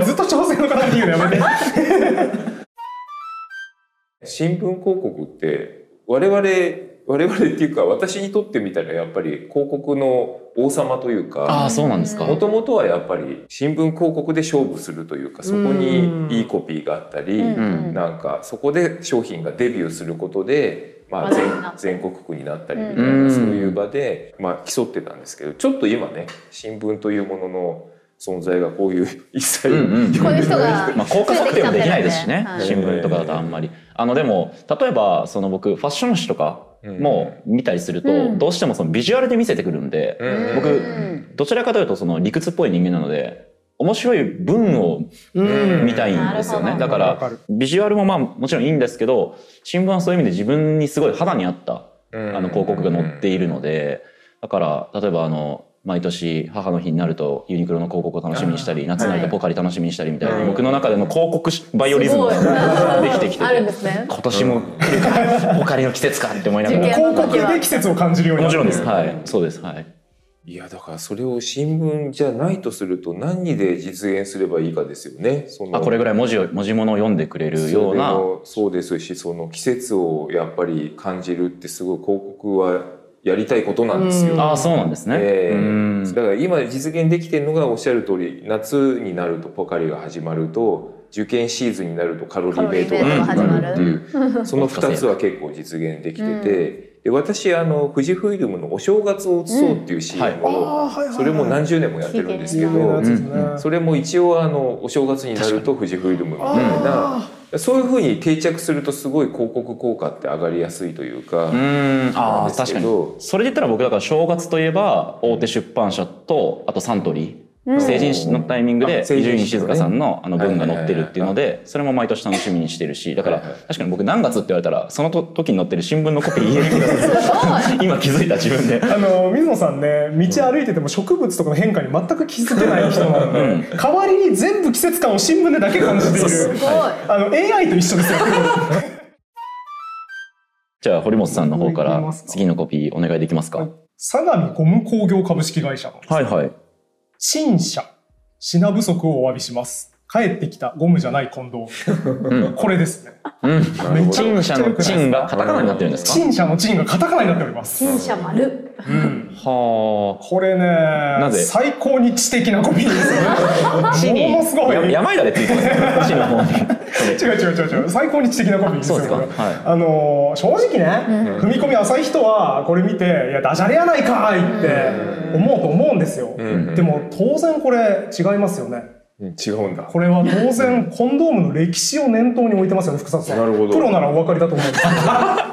S1: ずっと調整の方に言うのやめて
S3: 新聞広告って我々我々っていうか私にとってみたらやっぱり広告の王様という
S2: あ
S3: か
S2: あそうなんですか
S3: もともとはやっぱり新聞広告で勝負するというかそこ
S1: うん
S3: にいいコピーがあったり
S4: うん
S3: なんかそこで商品がデビューすることで、まあ、
S4: 話題になった
S3: 全全国区になったりみたい
S2: うん
S3: なそういう場で、まあ、競ってたんですけどちょっと今ね新聞というものの存在がこういう [LAUGHS] 一切、
S2: うんうん
S4: こういう人が
S2: まあ、効果測定もできないですしね、
S4: はい
S2: 新聞とかだとあんまり。あのでも例えばその僕ファッション誌とかも見たりすると、
S4: うん
S2: どうしてもそのビジュアルで見せてくるんで、
S3: うん
S2: 僕
S4: うん
S2: どちらかというとその理屈っぽい人間なので面白い文を
S1: うん
S2: 見たいんですよね、
S4: うん
S2: だか
S1: わからる
S2: ビジュアルもまあもちろんいいんですけど新聞はそういう意味で自分にすごい肌に合ったあの広告が載っているので、だから例えばあの毎年母の日になるとユニクロの広告を楽しみにしたり夏になるとポカリ楽しみにしたりみたいな、
S4: はい
S2: 僕の中での広告しバイオリズム
S4: すごい
S2: ができ [LAUGHS] てきて
S4: あるんで
S2: て
S4: すね
S2: 今年も来るかポカリの季節かって思いな [LAUGHS] が
S4: 受
S2: ら
S4: 験
S1: 広告で季節を感じるように
S2: も
S1: な
S2: ち
S1: る
S2: ろんですはいそうですはい
S3: いやだからそれを新聞じゃないとすると何で実現すればいいかですよね。その
S2: あこれぐらい文字を文字物を読んでくれるような
S3: それもそうですしその季節をやっぱり感じるってすごい広告はやりたいことなんですよ。
S1: うん
S2: ああ、そうなんですね。
S3: ええ
S2: うん
S3: だから今実現できてるのがおっしゃる通り夏になるとポカリが始まると受験シーズンになるとカロリーベートが始まるっていうその2つは結構実現できてて、で私あの富士フイルムの「お正月を移そう」っていう CM
S1: あ
S3: を、
S1: ーはいはいはい
S3: それも何十年もやってるんですけ
S1: 有名な
S3: ど
S1: やつですね
S2: うん
S3: それも一応あのお正月になると富士フイルムみたいな
S1: あ
S3: そういうふうに定着するとすごい広告効果って上がりやすいというか。
S2: うん、あ
S3: なん
S2: あ、
S3: です
S2: 確
S3: け
S2: かに。
S3: ど
S2: それで言ったら僕だから正月といえば大手出版社とあとサントリ
S4: うん
S2: ー成人式のタイミング
S3: あ
S2: で
S3: 成
S2: 伊
S3: 人式の
S2: 集院静
S3: ね
S2: 香さんのあの文が載ってるっていうの
S3: は
S2: でそれも毎年楽しみにしてるしだから
S3: はいはい
S2: 確かに僕何月って言われたらそのと時に載ってる新聞のコピー言える気がする今気づいた自分で
S1: ーあの水野さんね道歩いてても植物とかの変化に全く気づけない人なんで、代わりに全部季節感を新聞でだけ感じている
S4: すごい
S1: あの AI と一緒ですよ
S2: じゃあ堀本さんの方か
S1: いきま
S2: ら
S1: すか
S2: 次のコピーお願いできますか
S1: はい相模ゴム工業株式会社の
S2: はいはい
S1: 陳謝品不足をお詫びします帰ってきたゴムじゃない近藤、
S2: ん
S1: これですね
S2: うん
S3: めっちゃ
S2: 陳謝の陳がカタカナになってるんですか
S1: 陳謝の陳がカタカナになっております、
S4: 陳謝丸
S2: は
S1: これねな
S2: ぜ
S1: 最高に知的なコピーですよ
S2: あ
S1: ねものすごい
S2: や
S1: 違う
S2: 山井だれついてますね陳の方に
S1: 違う違う違う最高に知的なコピーです
S2: そう
S1: よ
S2: です
S1: こ
S2: かは
S1: れ
S2: い
S1: あのー正直ね、踏み込み浅い人はこれ見て「いやダジャレやないかい!」って思うと思うんですよ、
S3: ん
S1: でも当然これ違いますよね
S3: うん違うんだ。
S1: これは当然コンドームの歴史を念頭に置いてますよね福里さん
S3: なるほど
S1: プロならお分かりだと思
S2: [LAUGHS]
S1: うんですけど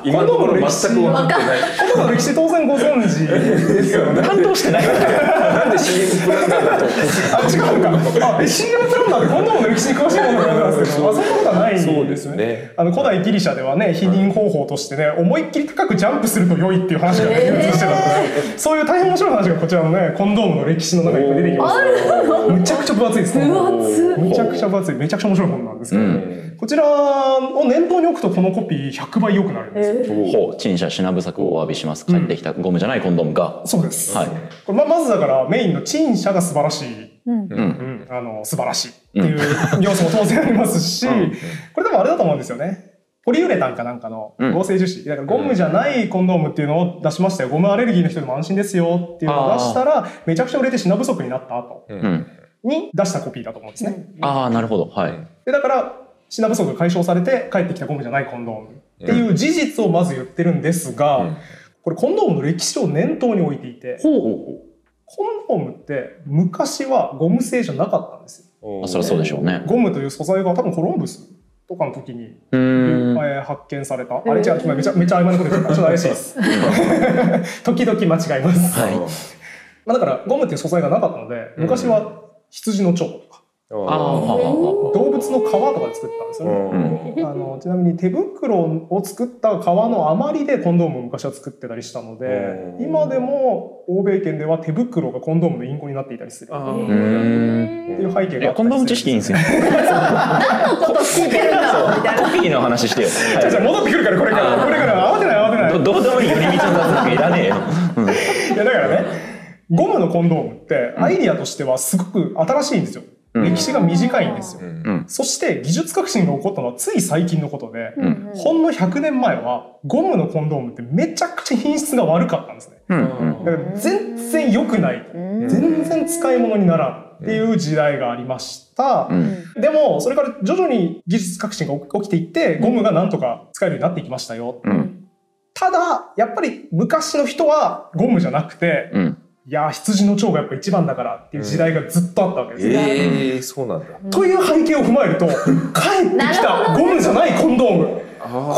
S3: 今のところ全く分かってない。
S1: コンドームの歴史当然ご存知ですよね
S2: [LAUGHS] 担当してない
S3: なんで CM プランナーだと
S1: あ違うかあえ CM プランナーでコンドームの歴史に詳しいものなんですけどあそんなことはない
S3: そうですね
S1: あの古代ギリシャではね避妊方法としてね思いっきり高くジャンプすると良いっていう話が流通してたんですそういう大変面白い話がこちらのねコンドームの歴史の中に出てきますむちゃくちゃ分厚いですね
S4: 分厚
S1: むちゃくちゃ分厚いめちゃくちゃ面白い本なんですけど、こちらを念頭に置くとこのコピー100倍良くなるんですよ、
S2: ほう陳謝品不足をお詫びします帰ってきたゴムじゃないコンドームが
S1: そうです、
S2: はい
S1: これままずだからメインの陳謝が素晴らしい、
S2: ん
S1: あの素晴らしいっていう要素も当然ありますし、これでもあれだと思うんですよねポリウレタンかなんかの
S2: うん
S1: 合成樹脂、だからゴムじゃないコンドームっていうのを出しましたよゴムアレルギーの人でも安心ですよっていうのを出したらめちゃくちゃ売れて品不足になった後
S2: うん
S1: に出したコピーだと思うんですね、
S2: ああなるほどはい
S1: でだから品不足が解消されて帰ってきたゴムじゃないコンドームっていう事実をまず言ってるんですが、
S3: うん
S1: これコンドームの歴史を念頭に置いていて
S2: ほ
S1: コンドームって昔はゴム製じゃなかったんですよ
S2: あそりゃそうでしょうね
S1: ゴムという素材が多分コロンブスとかの時に、
S2: うーん
S1: えー発見されたあれ違うごめんめちゃめちゃ曖昧なこと言ってたちょっと怪しいです
S2: [LAUGHS]
S1: 時々間違います、
S2: はい
S1: まあ、だからゴムっていう素材がなかったので昔は羊の腸とか
S2: ああははは
S1: 動物の皮とかで作ってたんですよね、
S2: うん
S1: あのちなみに手袋を作った革の余りでコンドームを昔は作ってたりしたので
S3: うん
S1: 今でも欧米圏では手袋がコンドームの隠語になっていたりするっ
S2: うーん
S1: ていう背景が
S2: い
S1: あ
S2: や
S1: った
S2: コ
S1: りする
S2: ンドーム知識いいんですよ
S4: のこと聞いてるんだろうみたいな
S2: コピーの話してよ
S1: じゃあじゃあ戻ってくるからこれからこれから慌てない慌てない
S2: どどうでもいい寄り道の雑学いらねえよ
S1: いやだからねゴムのコンドームってアイディアとしてはすごく新しいんですよ、
S2: うん
S1: 歴史が短いんですよ、
S2: うん
S1: そして技術革新が起こったのはつい最近のことで、
S4: うん
S1: ほんの100年前はゴムのコンドームってめちゃくちゃ品質が悪かったんですね
S2: うんうん
S1: だから全然良くない全然使い物にならんっていう時代がありました、
S2: うん
S1: でもそれから徐々に技術革新が起きていってゴムがなんとか使えるようになっていきましたよ、
S2: うん
S1: ただやっぱり昔の人はゴムじゃなくて、
S2: うん
S1: いやー羊の腸がやっぱ一番だからっていう時代がずっとあったわけですよ、
S3: ええそうなんだ。
S1: という背景を踏まえると帰ってきたゴムじゃないコンドーム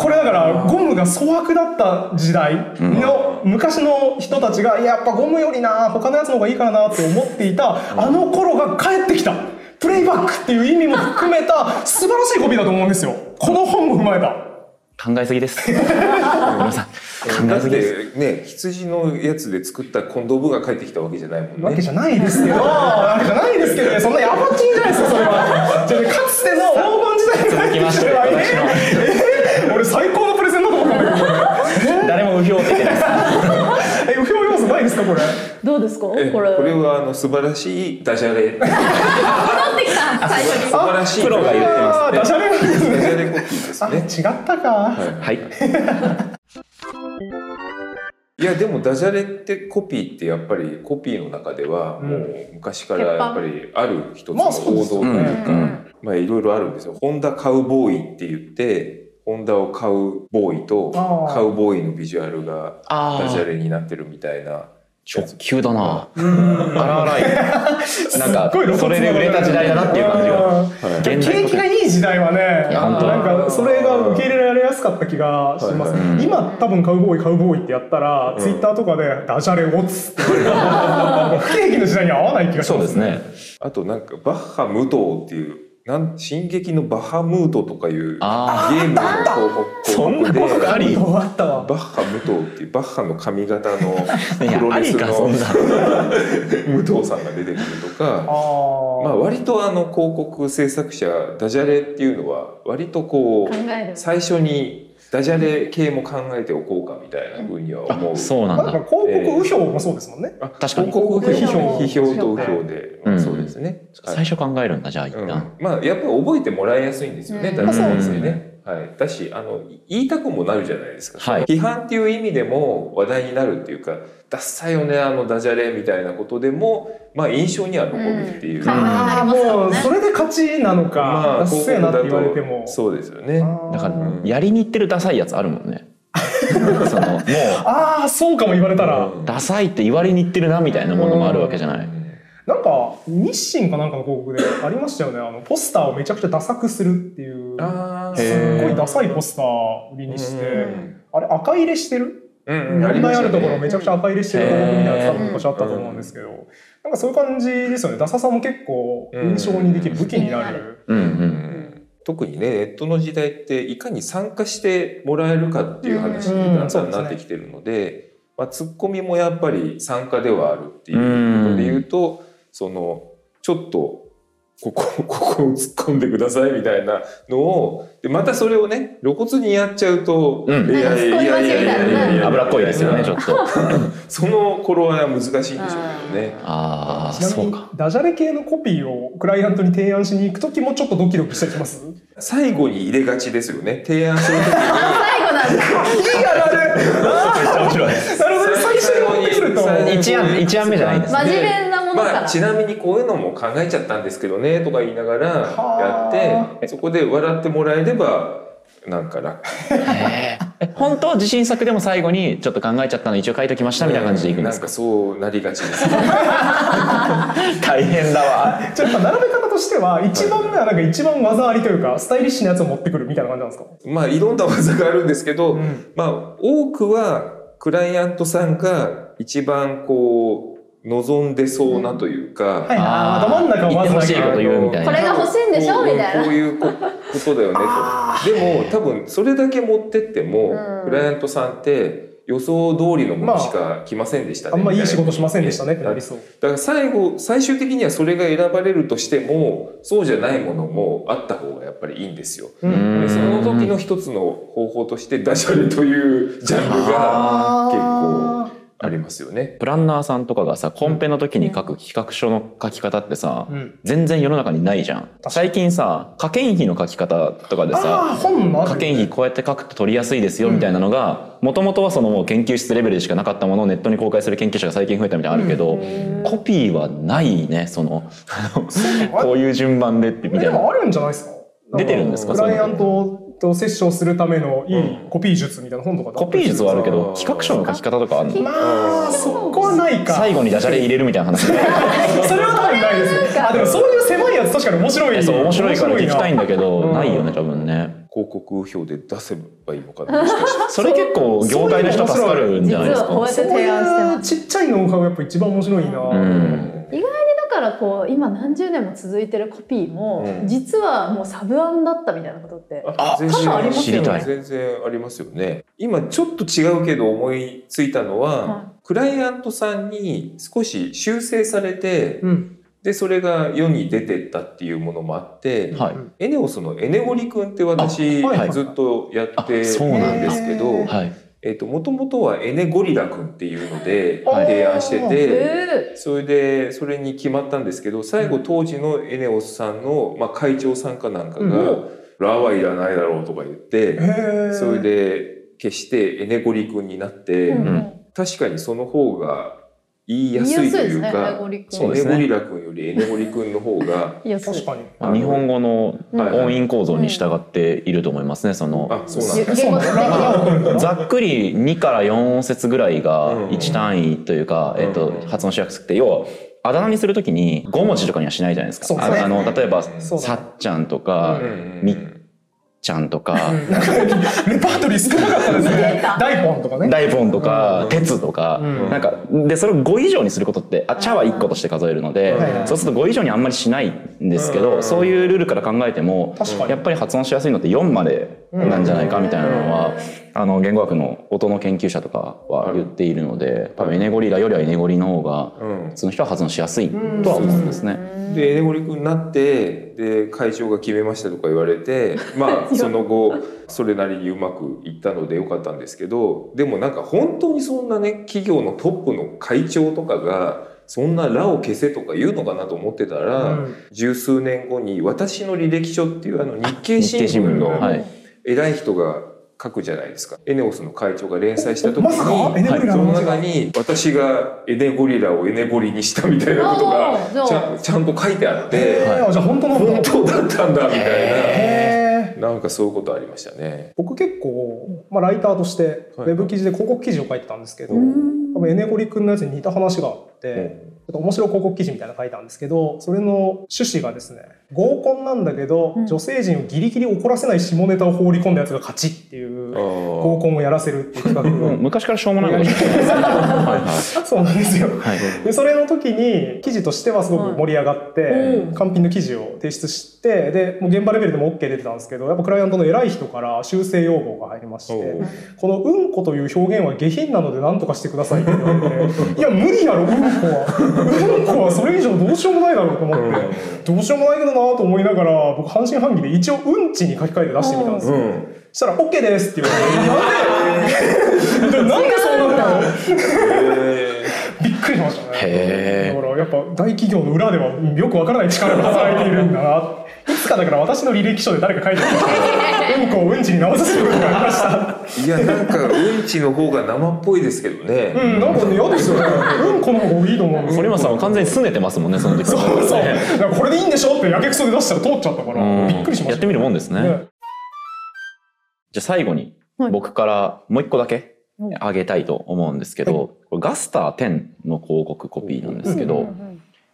S1: これだからゴムが粗悪だった時代の昔の人たちがいややっぱゴムよりな他のやつの方がいいからなって思っていたあの頃が帰ってきたプレイバックっていう意味も含めた素晴らしいコピーだと思うんですよこの本も踏まえた。
S2: 考えすぎですごめんなさい考
S3: だ
S2: え
S3: っ
S2: すぎです
S3: てね羊のやつで作ったコンドームが帰ってきたわけじゃないも
S1: わ
S3: ん
S1: け
S3: ね。
S1: じゃないですけど、わけじゃないですけどね、そんなヤバチンじゃないですか、それは。じゃあねかつての黄金時代
S2: 続きまして
S1: は
S2: 私の
S1: えー俺最高のプレゼンだと思ったんだけど、
S2: 誰も右表出てないです
S1: え、不評要素ないですか、これ。
S4: どうですかこ
S3: え
S4: れ
S3: これはあの素晴らしいダジャレ。
S4: 戻ってきた最初に
S3: 素晴らしい
S2: プロが言ってます
S1: あーダジャレなんです
S3: ダジ
S1: ね。
S3: ャレコピーです
S1: あ、
S3: ね。
S1: 違ったか。
S2: はい
S3: いやでもダジャレってコピーってやっぱりコピーの中ではもう昔からやっぱりある一つの
S1: まあそうで
S3: 王
S1: す
S3: 道
S1: よ
S3: と
S1: ね
S3: いう
S2: うん
S3: かまあいろいろあるんですよ。ホンダカウボーイって言ってホンダを買うボーイと
S1: あー
S3: カウボーイのビジュアルが
S2: あ
S3: ダジャレになってるみたいな。
S2: 直球だな。
S1: うん
S2: 荒々い。なんか
S1: すっごい露骨な
S2: それで売れた時代だなっていう感じが。
S1: うん
S3: はい
S2: 現代
S1: 景気がいい時代はね
S2: いや本当
S1: なんかそれが受け入れられやすかった気がします、
S3: はい
S2: はいはい
S1: 今多分カウボーイカウボーイってやったら、
S3: うん
S1: ツイッターとかでダジャレをつって
S3: [LAUGHS]
S1: 不景気の時代に合わない気がし
S2: そう
S1: ま
S2: ですすね。
S3: あとなんかバッハムトっていうなん進撃のバハムートとかいうゲーム
S2: あ
S3: の広告
S2: そんな
S3: 広
S2: こと
S3: 告で
S2: があ
S1: 終
S2: り
S1: わったわ
S3: バッハ武藤っていうバッハの髪型の
S2: あ。い
S3: プ
S2: や
S3: ロ
S2: あ
S3: レス
S2: りかそん
S3: の
S2: な。
S3: [LAUGHS] 武藤さんが出てくると
S1: あ
S3: か
S1: ー、
S3: まあ割とあの広告制作者ダジャレっていうのは割とこ
S4: 考
S3: う
S4: える
S3: 最初にダジャレ系も考えておこうかみたいなふうには思う。
S2: あそうなん
S1: なんか
S2: だ。
S1: 広告右票もそうですもんね、
S3: あ
S2: 確かに
S3: 広告批評批評
S4: 批評
S3: と右票で、
S2: うん
S3: そうですね。はい
S2: 最初考えるんだじゃあ一
S3: うん
S2: 旦。、
S3: まあやっぱり覚えてもらいやすいんですよね、
S4: うん
S3: ダジャレですよ
S2: うん
S3: ね。はい、だしあのい言いたくもなるじゃないですか、
S2: はい
S3: 批判っていう意味でも話題になるっていうか「ダッサいよねあのダジャレ」みたいなことでも、まあ、印象には残るっていう、
S4: うんはい
S1: あーもうそれで勝ちなのか、
S3: ま
S1: ダッ
S3: あ広
S1: セー
S3: 告
S1: なって
S3: だ
S1: 言われて
S3: と
S1: も
S3: そうですよね。
S1: あー
S2: だから
S3: うん
S2: やりに行ってるダサいやつあるもんね。 [LAUGHS] そのもう
S1: あーそうかも言われたら、
S3: うん
S2: ダサいって言われに行ってるなみたいなものもあるわけじゃない。
S1: なんか日清かなんかの広告でありましたよねあのポスターをめちゃくちゃダサくするっていう
S3: あー
S2: へ
S1: す
S2: ー
S1: っごいダサいポ
S3: ス
S1: スター売りにして、
S3: うん
S1: あれ赤入れしてる
S3: うんうん
S1: 問題あるところ
S3: りま
S1: めちゃくちゃ赤入れしてるところみたいなやつ多分昔あったと思うんですけど、なんかそういう感じですよねダサさも結構印象にできる
S3: うん
S1: 武器になる、
S2: うんう
S3: したね
S2: ん。
S3: うん特にねネットの時代っていかに参加してもらえるかっていう話にだんだんなってきてるので、まあ、ツッコミもやっぱり参加ではあるっていうことで言うと、そのちょっと。ここ [LAUGHS] ここを突っ込んでくださいみたいなのをでまたそれをね露骨にやっちゃうと、
S2: うん
S3: いやいやいやいやいやいやいや
S2: 脂っこいですよねちょっと。
S3: その頃は難しいんでしょうけどね。
S2: ああ
S3: [LAUGHS]
S1: ちな
S2: そ
S1: み
S2: う
S1: に
S2: か。
S1: ダジャレ系のコピーをクライアントに提案しに行く時もちょっとドキドキしてきます
S3: 最後に入れがちですよね提案する時に
S4: 最後なんだ
S1: いいやあれ
S2: めっちゃ面白い。
S1: なるほどね最初に持ってくると
S3: 最後に
S2: 一案一案目じゃないんですね
S4: 真面目なものから
S3: まあ、ちなみにこういうのも考えちゃったんですけどねとか言いながら
S1: はあ
S3: やってそこで笑ってもらえればなんか楽
S2: へーえ本当は自信作でも最後にちょっと考えちゃったの一応書いときましたみたいな感じでいくんで
S3: な
S2: す
S3: ん
S2: か
S3: かそうなりがちですね [LAUGHS]
S2: 大変だわ
S1: じゃあやっぱ並べ方としては一番目はなんか一番技ありというかスタイリッシュなやつを持ってくるみたいな感じなんですか
S3: まあいろんな技があるんですけど、
S1: うん
S3: まあ多くはクライアントさんが一番こう望んでそうなというか、
S1: はいあーど真ん中を
S2: 言
S1: ま
S2: って
S1: ず
S2: ほ
S1: だ
S2: しい
S1: け
S2: こと言うみたい
S4: こ
S2: な
S4: れが欲しいんでしょみたいな
S3: こういうこことだよねと。でも多分それだけ持ってっても、
S4: うん
S3: クライアントさんって予想通りのものしか来ませんでしたね、
S1: あんまいい仕事しませんでしたねっ
S3: み
S1: て
S3: たい
S1: なり
S3: なだ
S1: そう
S3: から最後最終的にはそれが選ばれるとしてもそうじゃないものもあった方がやっぱりいいんですよ。
S1: うん
S2: うん
S3: でその時の一つの方法としてダジャレというジャンルが結構ありますよね。
S2: プランナーさんとかがさコンペの時に書く企画書の書き方ってさ、
S1: うん
S2: 全然世の中にないじゃん
S1: かに
S2: 最近さ科研費の書き方とかで
S1: ああ
S2: さ
S1: 本のある
S2: 科研費こうやって書くと取りやすいですよみたいなのがもともとはそのもう研究室レベルでしかなかったものをネットに公開する研究者が最近増えたみたいなのあるけど、コピーはないねそのあのこういう順番でってみ
S1: え
S2: た
S1: で
S2: いな
S1: もあるんじゃないですか
S2: 出てるんですか
S1: ク
S2: そうい
S1: ラ
S2: う
S1: イ
S2: の
S1: アントとセッションするためのいいコピー術みたいな本とかであ
S2: コ
S1: った
S2: ピ
S1: り
S2: ー
S1: す
S2: 術はあるけ
S3: う
S2: ど
S3: ん
S2: 企画書の書き方とかあるの
S1: まあそこはないか
S2: 最後にダジャレ入れるみたいな
S1: [LAUGHS]
S2: 話
S1: それは多分ないですあでもそういう狭いやつ確かに面白
S2: え
S1: い
S2: そう面白いから聞きたいん
S1: だ
S2: だけど
S1: うん
S2: ないよね多分ね
S3: 広告表で出せばいいのかなもしかして。
S2: それ結構業界の人助かるんじ
S4: 実
S2: ゃないです
S4: はこう
S2: か
S4: やって
S1: そう
S4: 提案して
S1: い
S4: ま
S1: う
S4: す
S1: ちっちゃいノウハウがやっぱ一番面白いな、
S2: うん
S4: だからこう今何十年も続いてるコピーも、
S3: うん
S4: 実はもうサブアンだったみたいなことって
S3: あ全然
S4: 多々あります
S2: よね知りたい
S3: 全然ありますよね。今ちょっと違うけど思いついたのは、
S4: は
S3: クライアントさんに少し修正されて、
S1: うん
S3: でそれが世に出てったっていうものもあって、
S2: はい
S3: エネオスのエネゴリ君って私、
S1: あはいはい
S3: ずっとやって
S2: あ
S3: る
S2: そうなん
S3: ん
S2: だ
S3: ですけ
S1: へ
S3: ど
S1: ー、
S2: はい
S3: えっと元々はエネゴリラ君っていうので
S1: はい
S3: 提案して
S4: え
S3: て。
S4: え
S3: それでそれに決まったんですけど最後当時のエネオスさんの、まあ、会長さんかなんかが
S1: う
S3: 「ラはいらないだろう」とか言って
S1: へー
S3: それで消してエネゴリ君になって、
S4: うん
S2: ん
S3: 確かにその方が言いやすいとい
S4: 言いやすい
S3: う
S4: ですね
S3: か
S4: エゴリ君
S3: そう
S2: そうですね
S3: エネゴリラ君よりエネゴリ君の方が
S4: いやそう
S1: 確かに。
S2: [LAUGHS] まあ日本語の
S4: うん
S2: 音韻構造に従っていると思いますね。そ
S3: あ
S2: の
S3: そうなんだ
S4: 言語とね
S2: ざっくり2から4音節ぐらいが1単位というか、
S3: うん
S2: えっと発音しやすくて要はあだ名にするときに5文字とかにはしないじゃないですか。
S1: そうですね
S2: ああの例えば
S3: うん
S1: そうだ
S2: さっちゃんとか、みっちゃん
S1: [LAUGHS]
S2: とか、
S1: レパートリー少なかったです
S4: [LAUGHS]
S1: ね。大根とかね。
S2: 大本とか、鉄とか、
S1: うん
S2: なんかでそれを5以上にすることってあ茶は1個として数えるの
S1: は
S2: で、
S1: いはい
S2: そうすると5以上にあんまりしないんですけど、
S3: うん
S2: そういうルールから考えても
S1: 確かに
S2: やっぱり発音しやすいのって4までなんじゃないかみたいなのは、あの言語学の音の研究者とかは言っているので多分エネゴリラよりはエネゴリの方が
S3: うん
S2: 普通の人は発音しやすいとは思うんですね。
S3: でエネゴリ君になってで会長が決めましたとか言わ
S1: [LAUGHS]
S3: れてまあその後それなりにうまくいったのでよかったんですけどでもなんか本当にそんなね企業のトップの会長とかがそんな「ら」を消せとか言うのかなと思ってたら、
S1: うん
S3: 十数年後に「私の履歴書」っていうあの日経
S2: 日
S3: 新
S2: 経新聞
S3: 聞
S2: の、
S3: の
S2: はい、
S3: 偉い人が書くじゃないですか。エネオスの会長が連載した時に、
S1: まさかエネゴリラ
S3: そ
S1: の
S3: の
S1: 文字が
S3: 中に私がエネゴリラをエネゴリにしたみたいなこと
S4: あーじゃあ
S3: がちゃんちゃんと書いてあって、
S1: えーじゃあ本当なんだ
S3: 本。当だったんだみたい
S1: へー
S3: な。なんかそういうことありましたね。
S1: 僕結構、まあ、ライターとしてウ
S3: はい
S1: ェブ記事で広告記事を書いてたんですけど、
S3: う
S1: 多分エネゴリ君のやつに似た話があって、ちょっと面白い広告記事みたいなの書いたんですけどそれの趣旨がですね合コンなんだけど、
S4: うん
S1: 女性陣をギリギリ怒らせない下ネタを放り込んだやつが勝ちっていう
S3: あー
S1: 合コンをやらせるっていう企
S2: もう
S1: 画
S2: 昔からしょうもないことしてるんですけどはい
S1: を [LAUGHS] そうなんですよ
S2: はいはい
S1: でそれの時に記事としてはすごく盛り上がって、
S4: うん
S1: 完品の記事を提出してでもう現場レベルでも OK 出てたんですけどやっぱクライアントの偉い人から修正要望が入りまし
S3: お
S1: て
S3: う
S1: この「うんこ」という表現は下品なので何とかしてくださいって言われていや無理やろうんこはうんこはそれ以上どうしようもないだろうと思って、どうしようもないけどなと思いながら僕半信半疑で一応「うんち」に書き換えて出してみたんですよ
S3: うん。
S1: そしたら「OK です」って言われてなんでそうなるの
S3: え
S1: びっくりしましたね
S2: へー
S1: だからやっぱ大企業の裏ではよくわからない力が働いているんだないつかだから私の履歴書で誰か書いてくるうんこをうんちに直させることがありました
S3: ーいやなんかうんちの方が生っぽいですけどね。
S1: うんなんかね嫌ですよねうんこの方がいいと思う
S2: 堀本さんは完全に拗ねてますもんねその時
S1: そうそうだからこれでいいんでしょってやけくそで出したら通っちゃったか
S2: うん
S1: らびっくりしました
S2: やってみるもんですねじゃあ最後に
S4: はい
S2: 僕からもう一個だけ
S4: うん
S2: あげたいと思うんですけど、これガスター10の広告コピーなんですけど、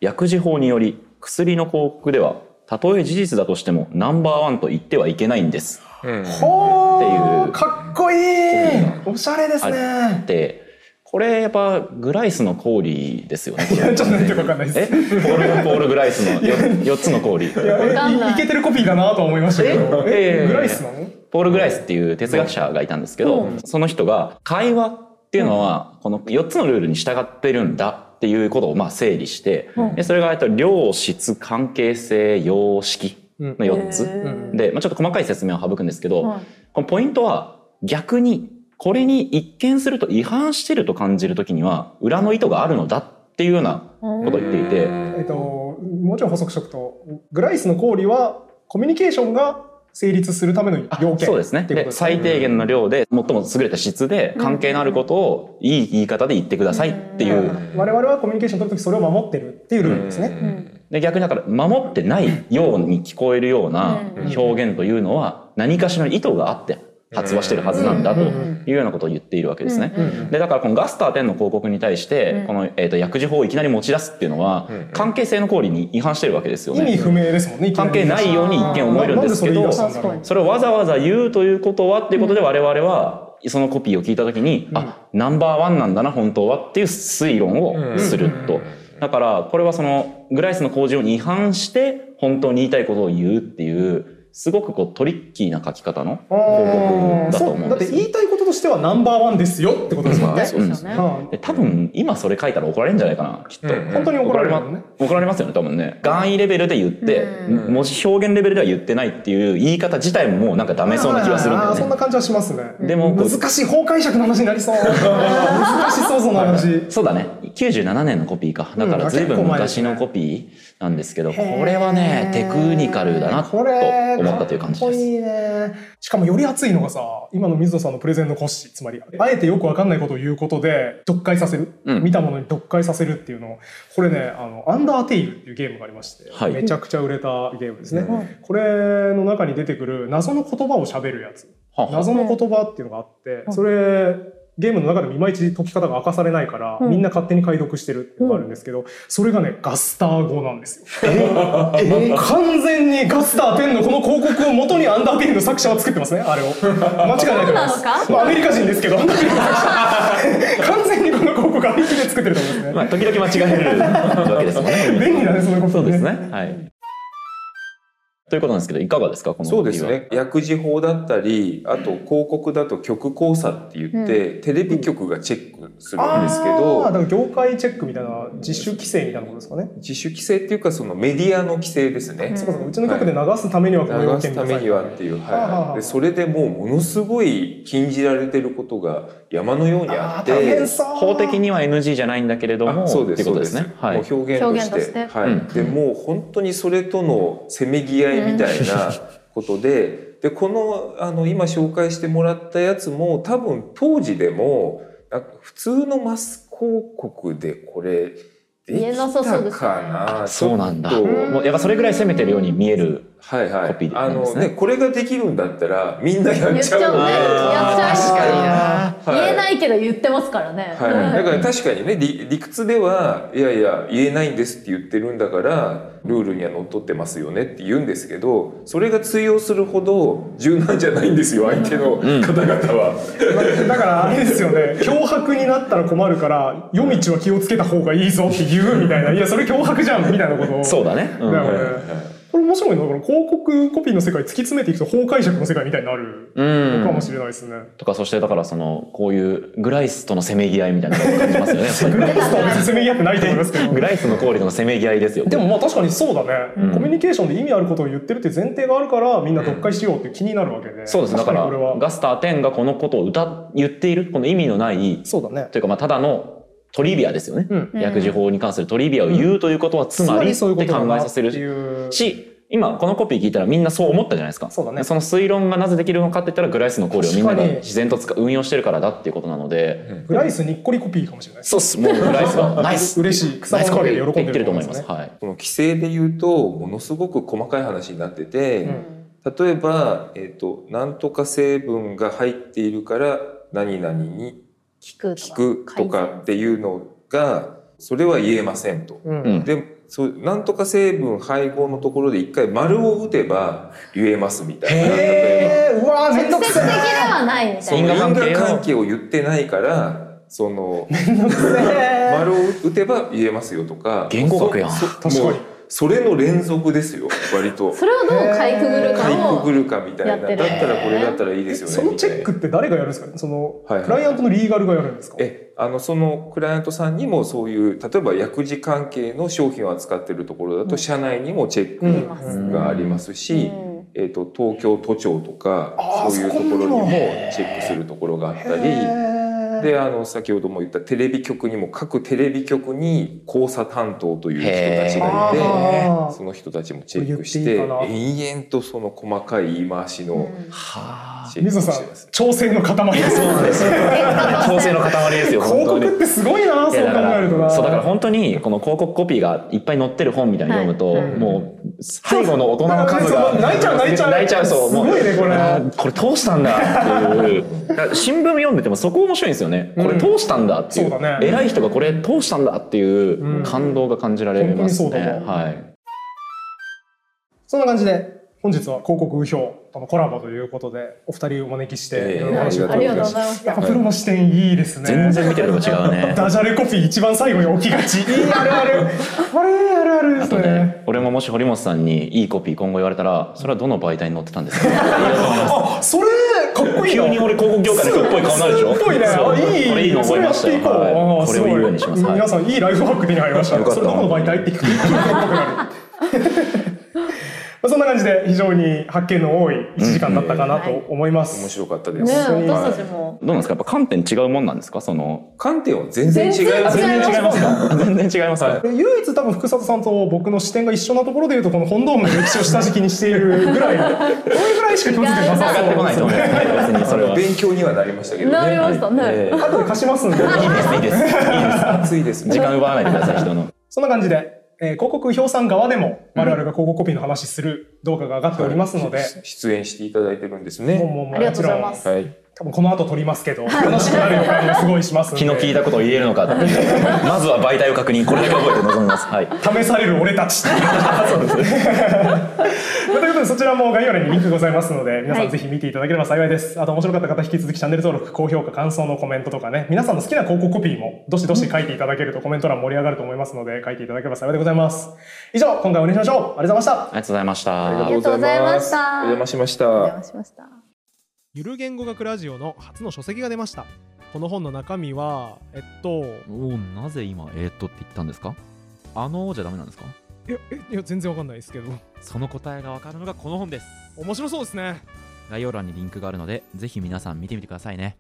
S2: 薬事法により薬の広告ではたとえ事実だとしてもナンバーワンと言ってはいけないんです
S3: うん。
S1: ほ
S2: ってい
S1: ー
S2: う
S1: かっこいいおしゃれですね
S2: でこれやっぱグライスの氷ですよね
S1: いやちょっとなんてわかんないで
S2: え
S1: す
S2: ポール・ポール・グライスの 4, つの氷
S1: いや
S4: かんないい
S1: いけてるコピーだなとは思いましたけど
S2: え
S1: え
S2: え
S1: グライスなの
S2: ポール・グライスっていう哲学者がいたんですけど、
S4: う
S2: その人が会話っていうのはこの4つのルールに従ってるんだっていうことをまあ整理して、
S4: うん
S2: でそれがえっと量質関係性様式の4つ、
S1: ん
S2: で、まあ、ちょっと細かい説明を省くんですけど、
S4: はい
S2: このポイントは逆にこれに一見すると違反してると感じる時には裏の意図があるのだっていうようなことを言っていて、
S1: えっと、もうちょい補足しとくとグライスの氷はコミュニケーションが成立するための要件
S2: そうですね
S1: っていう
S2: で
S1: ことですね
S2: 最低限の量で最も優れた質で関係のあることをいい言い方で言ってくださいっていう、
S3: ん
S1: 我々はコミュニケーション取るときそれを守ってるっていうルールですね、
S4: ん
S2: で逆にだから守ってないように聞こえるような
S4: うん
S2: 表現というのは何かしらの意図があって発話してるはずなんだと
S1: うん
S2: いうようなことを言っているわけですね。
S4: うん
S2: でだからこのガスター10の広告に対して、
S4: うん
S2: この、えー、と薬事法をいきなり持ち出すっていうのは、
S3: うん
S2: 関係性の行為に違反してるわけですよ
S1: 意味
S2: ね。
S1: 不明ですもんね
S2: 関係ないように一見思えるんですけ
S1: ななんでそれ言い
S2: ど
S1: 出したんだ
S4: 確
S1: ろ
S4: か
S1: う
S4: に
S2: それをわざわざ言うということはっていうことで我々はそのコピーを聞いた時に、あナンバーワンなんだな本当はっていう推論をすると、だからこれはそのグライスの工事を違反して本当に言いたいことを言うっていうすごくこうトリッキーな書き方の
S1: あー
S2: だと
S1: そ
S2: 思う
S1: うんだっ
S2: で
S1: て
S2: すよ
S1: 言いたいこととしてはナンバーワンですよってことですもんね、
S4: そうですよね。
S1: は
S2: で多分今それ書いたら怒られるんじゃないかなきっと、
S3: うん
S1: い本当に怒られるもんね
S2: 怒られますよね多分ね願意レベルで言って、
S3: うん
S2: 文字表現レベルでは言ってないっていう言い方自体ももうなんかダメそうな気がするんだ
S1: あ
S2: よ
S1: ーそん
S2: ね
S1: な感じはしますね
S2: でもこ
S1: 難
S2: う
S1: しい法解釈の話になり
S2: [LAUGHS]
S1: そう難しそうその話
S2: そうだね97年のコピーかだから随分昔のコピーなんですけど、
S1: 結構前ですね
S2: これはねテクニカルだなと
S1: これ
S2: 思ったという感じです。
S1: いいね。しかもより熱いのがさ、今の水野さんのプレゼンの骨子、つまり、あえてよくわかんないことを言うことで、読解させる、
S2: うん
S1: 見たものに読解させるっていうのを、これね、あの、アンダーテイルっていうゲームがありまして、
S2: はい
S1: めちゃくちゃ売れたゲームですね。
S3: うん
S1: これの中に出てくる謎の言葉を喋るやつ。
S2: はは
S1: 謎の言葉っていうのがあって、
S4: うん
S1: それ、ゲームの中でもいまいち解き方が明かされないから、
S4: うん
S1: みんな勝手に解読してるっていうのがあるんですけど、それがね、ガスター語なんですよ。完全にガスター10のこの広告を元にアンダーテイルの作者は作ってますね、あれを。間違いないと思いま
S4: そうなの
S1: す。
S4: か
S1: まあ、アメリカ人ですけど、アンダーテイルの作者。完全にこの広告は引きで作ってると思うんですね。
S2: まあ、時々間違えるわけですもんね。
S1: 便利だね、そのこと
S2: そうですね。。はい。ということなんですけど、いかがですか、この
S3: そうです
S2: 時は。
S3: ね薬事法だったりあと広告だと局交差って言って、テレビ局がチェックするんですけ
S1: あー
S3: ど
S1: だから業界チェックみたいな、自主規制みたいなことですかね。
S3: 自主規制っていうかそのメディアの規制ですね、
S1: そうかそうかうちの局で流すためにはこの要件
S3: 流す
S1: くだ
S3: た
S1: さい
S3: めにはっていう、
S1: あはあは
S3: は
S1: あ
S3: い、でそれでもうものすごい禁じられてることが山のように
S1: あ
S3: あっ
S1: ー大変
S3: て。
S1: そう
S2: 法的には NG じゃないんだけれども、
S3: あそうで
S2: って
S3: す
S2: いう
S3: そ
S2: こと
S3: う
S2: で
S3: で
S2: すすね。はい。
S3: もう表現として
S4: 表現として
S3: はい
S2: うん
S3: でもう本当にそれとのせめぎ合いみたいなことで,、でこのあの今紹介してもらったやつも多分当時でもなんか普通のマス広告でこれで
S4: 言え
S3: き
S4: なさそうですね
S3: たかな
S2: そうなんだ。
S3: ちょっと
S2: もうやっぱそれぐらい攻めてるように見える。
S3: はいは
S2: コピー
S3: い、
S2: な
S3: あ
S2: んで
S3: の
S2: すね
S3: ねこれができるんだったらみんなやっ
S4: 言っ
S3: ち
S4: ちゃうね
S3: ゃうので
S4: やっちゃう
S2: 確
S4: しか
S3: はい
S4: 言えないけど言ってますからね、
S3: はい、
S4: うん
S3: だから確かにね理理屈ではいやいや言えないんですって言ってるんだからルールにはのっとってますよねって言うんですけどそれが通用するほど柔軟じゃないんですよ相手の方々は。
S1: だからあれですよね脅迫になったら困るから夜道は気をつけた方がいいぞって言うみたいないやそれ脅迫じゃんみたいなことを
S2: そうだね。う
S1: だよ
S2: ん。
S1: ね、これ面白いのだから広告コピーの世界突き詰めていくと法解釈の世界みたいになる
S2: うん
S1: かもしれないです [LAUGHS] ね、
S2: とか、そしてだからその、こういうグライスとのせめぎ合いみたいなのを感じますよ [LAUGHS] ねやっぱり
S1: グラスとは別に攻め合ってないと思いますけど
S2: グライスの効率のせめぎ合いですよ。
S1: でもまあ確かにそうだね、
S2: うん
S1: コミュニケーションで意味あることを言ってるっていう前提があるからみんな読解しようっていう気になるわけで、
S2: そうです。だ
S1: 確
S2: か
S1: からにこれは、
S2: ガスター10がこのことを歌、言っている、この意味のない、
S1: そうだね
S2: というか、まあ、ただのトリビアですよね。
S1: うん
S4: うん
S2: 薬事法に関するトリビアを言うということは、つまり、
S1: そういうこ
S2: って
S1: と
S2: 考
S1: だな
S2: えさ
S1: って
S2: せ
S1: い
S2: る
S1: う
S2: し、今、このコピー聞いたらみんなそう思ったじゃないですか。
S1: そうだね
S2: その推論がなぜできるのかって言ったら、グライスの考慮をみんな
S1: 確
S2: が
S1: かに
S2: 自然と使う運用してるからだっていうことなので、
S1: グライスにっこりコピーかもしれないです
S2: そうっす。もうグライスが、ナイス
S1: 嬉しい草
S2: ナイ
S1: の
S2: スコ
S1: 陰
S2: ピ
S1: で
S2: ーっ
S1: 喜
S2: て
S1: ん
S2: 言
S1: で
S2: って
S1: ると
S2: ると
S1: 思
S2: 思
S1: いま
S2: いますす。
S1: ね
S2: はい。
S3: その規制で言うとものすごく細かい話になってて、例えば、えっとなんとか成分が入っているから何々に
S4: 聞く
S3: 効くとかっていうのがそれは言えませんと。
S1: うん
S2: うん
S3: でそうなんとか成分配合のところで一回丸を打てば言えますみたいな。
S1: へえうわーめんど
S4: 直
S1: く
S4: 接
S1: せ
S4: 的で
S1: え
S4: はないみた
S3: そ
S4: い
S3: の
S2: 因
S3: 因
S2: 果
S3: 果
S2: 関
S3: 関
S2: 係を
S3: 係を言ってないからその丸を打てば言えますよとか
S2: 言語学やん
S3: そそ
S1: 確かに
S3: もうそれの連続ですよ割と
S4: な [LAUGHS] それをどうかいくぐるか
S3: かい
S4: を
S3: くぐるかみたいな
S4: やっ
S3: だ
S4: て
S3: っ
S4: る
S3: たらこれだったらいいですよね
S1: そのチェック
S3: み
S1: って誰がやるんですかその
S3: はいはい
S1: クライアントのリーガルがやるんですか
S3: たいなえあのそのクライアントさんにもそういう例えば薬事関係の商品を扱ってるところだと、
S4: うん
S3: 社内にもチェ
S1: うん
S4: 言い
S3: ッ
S4: ます、
S2: うん
S3: クがあります
S4: う
S3: し、
S4: ん
S3: えー、と東京都庁とか
S1: あー
S3: そういうところに
S1: そこ
S3: も
S1: にも
S3: チェックするところがあったり。
S1: へえ
S3: であの先ほども言ったテレビ局にも各テレビ局に交差担当という人たちがい
S1: へー
S3: てその人たちもチェックして
S1: これ言ってい
S3: 延々とその細かい言い回しの
S2: は
S3: チェッ
S1: 水
S3: ク
S1: 野
S3: を
S1: さ
S3: してます
S1: ん。調整の塊です [LAUGHS]
S2: あ。調整の塊ですよ、本
S1: 広
S2: 当に
S1: 告。ってすごいなそう考
S2: いやだか
S1: えるとな
S2: らそうだから本当にこの広告コピーがいっぱい載ってる本みたいに読むと、
S4: はいはい
S2: もう最後の大人の数
S1: そう
S2: が
S1: 泣いちゃう泣いちゃう
S2: 泣いちゃうそうもう
S1: すごいねこれ
S2: あーこれ通したんだっていうだから新聞読んでてもそこ面白いんですよねこれ通したんだっていう,、
S1: うんそうだね
S2: 偉い人がこれ通したんだっていう
S1: うん
S2: 感動が感じられます
S1: 本
S2: ね、
S1: 当にそうだわ
S2: はい
S1: そんな感じで本日は広告右表とのコラボということでお二人をお招きしてい
S3: ええ
S1: ろいろお話を
S4: あ
S1: 伺
S4: り
S1: い
S4: が
S1: ま
S4: とうござ
S1: し
S4: いま
S1: た
S4: し
S1: や
S4: た
S1: っぱプロの視点いいですね
S2: 全然見てるのと違うね
S1: [LAUGHS] ダジャレコピー一番最後に置きがち。いいあるある。あれあるあるで
S2: あ
S1: す
S2: と
S1: ね。
S2: ね俺ももし堀本さんにいいコピー今後言われたらそれはどの媒体に載ってたんですかいや
S1: あ、それかっこいいな。
S2: 急に俺広告業界の人っぽい顔になるでしょ
S1: すっぽいね。
S2: そう
S1: あいい。
S2: これいいの覚えましたよ
S1: それやっていこう
S2: はい
S1: あー
S2: これを言うようにします
S1: ごい
S2: はい
S1: 皆さん [LAUGHS] いいライフハック手に入りました。
S2: よかった
S1: それどこの媒体って聞く。あ、そんな感じで非常に発見の多い1時間だったかなと思います。
S3: 面白かったで
S4: ね
S3: す。
S1: 本当に
S4: 私たちも
S2: どうなんですかやっぱ観点違うもんなんですかその
S3: 観点は全然違います。
S4: 全然違います
S2: か全然違いますか、
S3: は
S1: で唯一多分福里さんと僕の視点が一緒なところでいうとこの本ドームの歴史を下敷きにしているぐらいのこれぐらいしか共通点なさ [LAUGHS]
S2: 上がってこないと
S1: そう
S2: 思う別にそれは。いい
S3: 勉強にはなりましたけどね。
S4: なりましたね、
S3: ええ
S1: 後で貸しますんで
S2: ですいいですいいです
S3: 暑いですね。
S2: 時間奪わないでください人の。
S1: [LAUGHS] そんな感じで、えー広告評算側でも我々が広告コピーの話する動画が上がっておりますので、
S3: はい出演していただいてるんです
S1: もう
S3: ね。
S1: もうも
S4: ありがとうございます
S3: はい。
S1: 多分この後撮りますけど楽しくなる予感がすごいしますん
S2: 気の利い
S1: で
S2: たことを言えるのかっていう。まずは媒体を確認、これだけ覚えて臨みます。はい。
S1: 試される俺
S4: [LAUGHS]
S1: たちそうですねということでそちらも概要欄にリンクございますので皆さ
S4: は
S1: ん
S4: い
S1: ぜひ見ていただければ幸いです、あと面白かった方引き続きチャンネル登録高評価感想のコメントとかね皆さんの好きな広告コピーもどしどし書いていただけるとコメント欄盛り上がると思いますので書いていただければ幸いでございます以上今回はお願いしましょうありがとうございました
S2: ありがとうございまし
S3: あり
S2: た
S3: がとうございました。
S4: あ
S3: お
S4: りがとう
S3: 邪
S4: ご
S3: 魔しまし
S4: お
S3: た
S4: 邪。魔しました
S1: ゆる言語学ラジオの初の書籍が出ましたこの本の中身はえっと
S5: おおなぜ今えー、っとって言ったんですかあのー、じゃダメなんですか
S1: いやいや全然わかんないですけど
S5: その答えがわかるのがこの本です
S1: 面白そうですね
S5: 概要欄にリンクがあるのでぜひ皆さん見てみてくださいね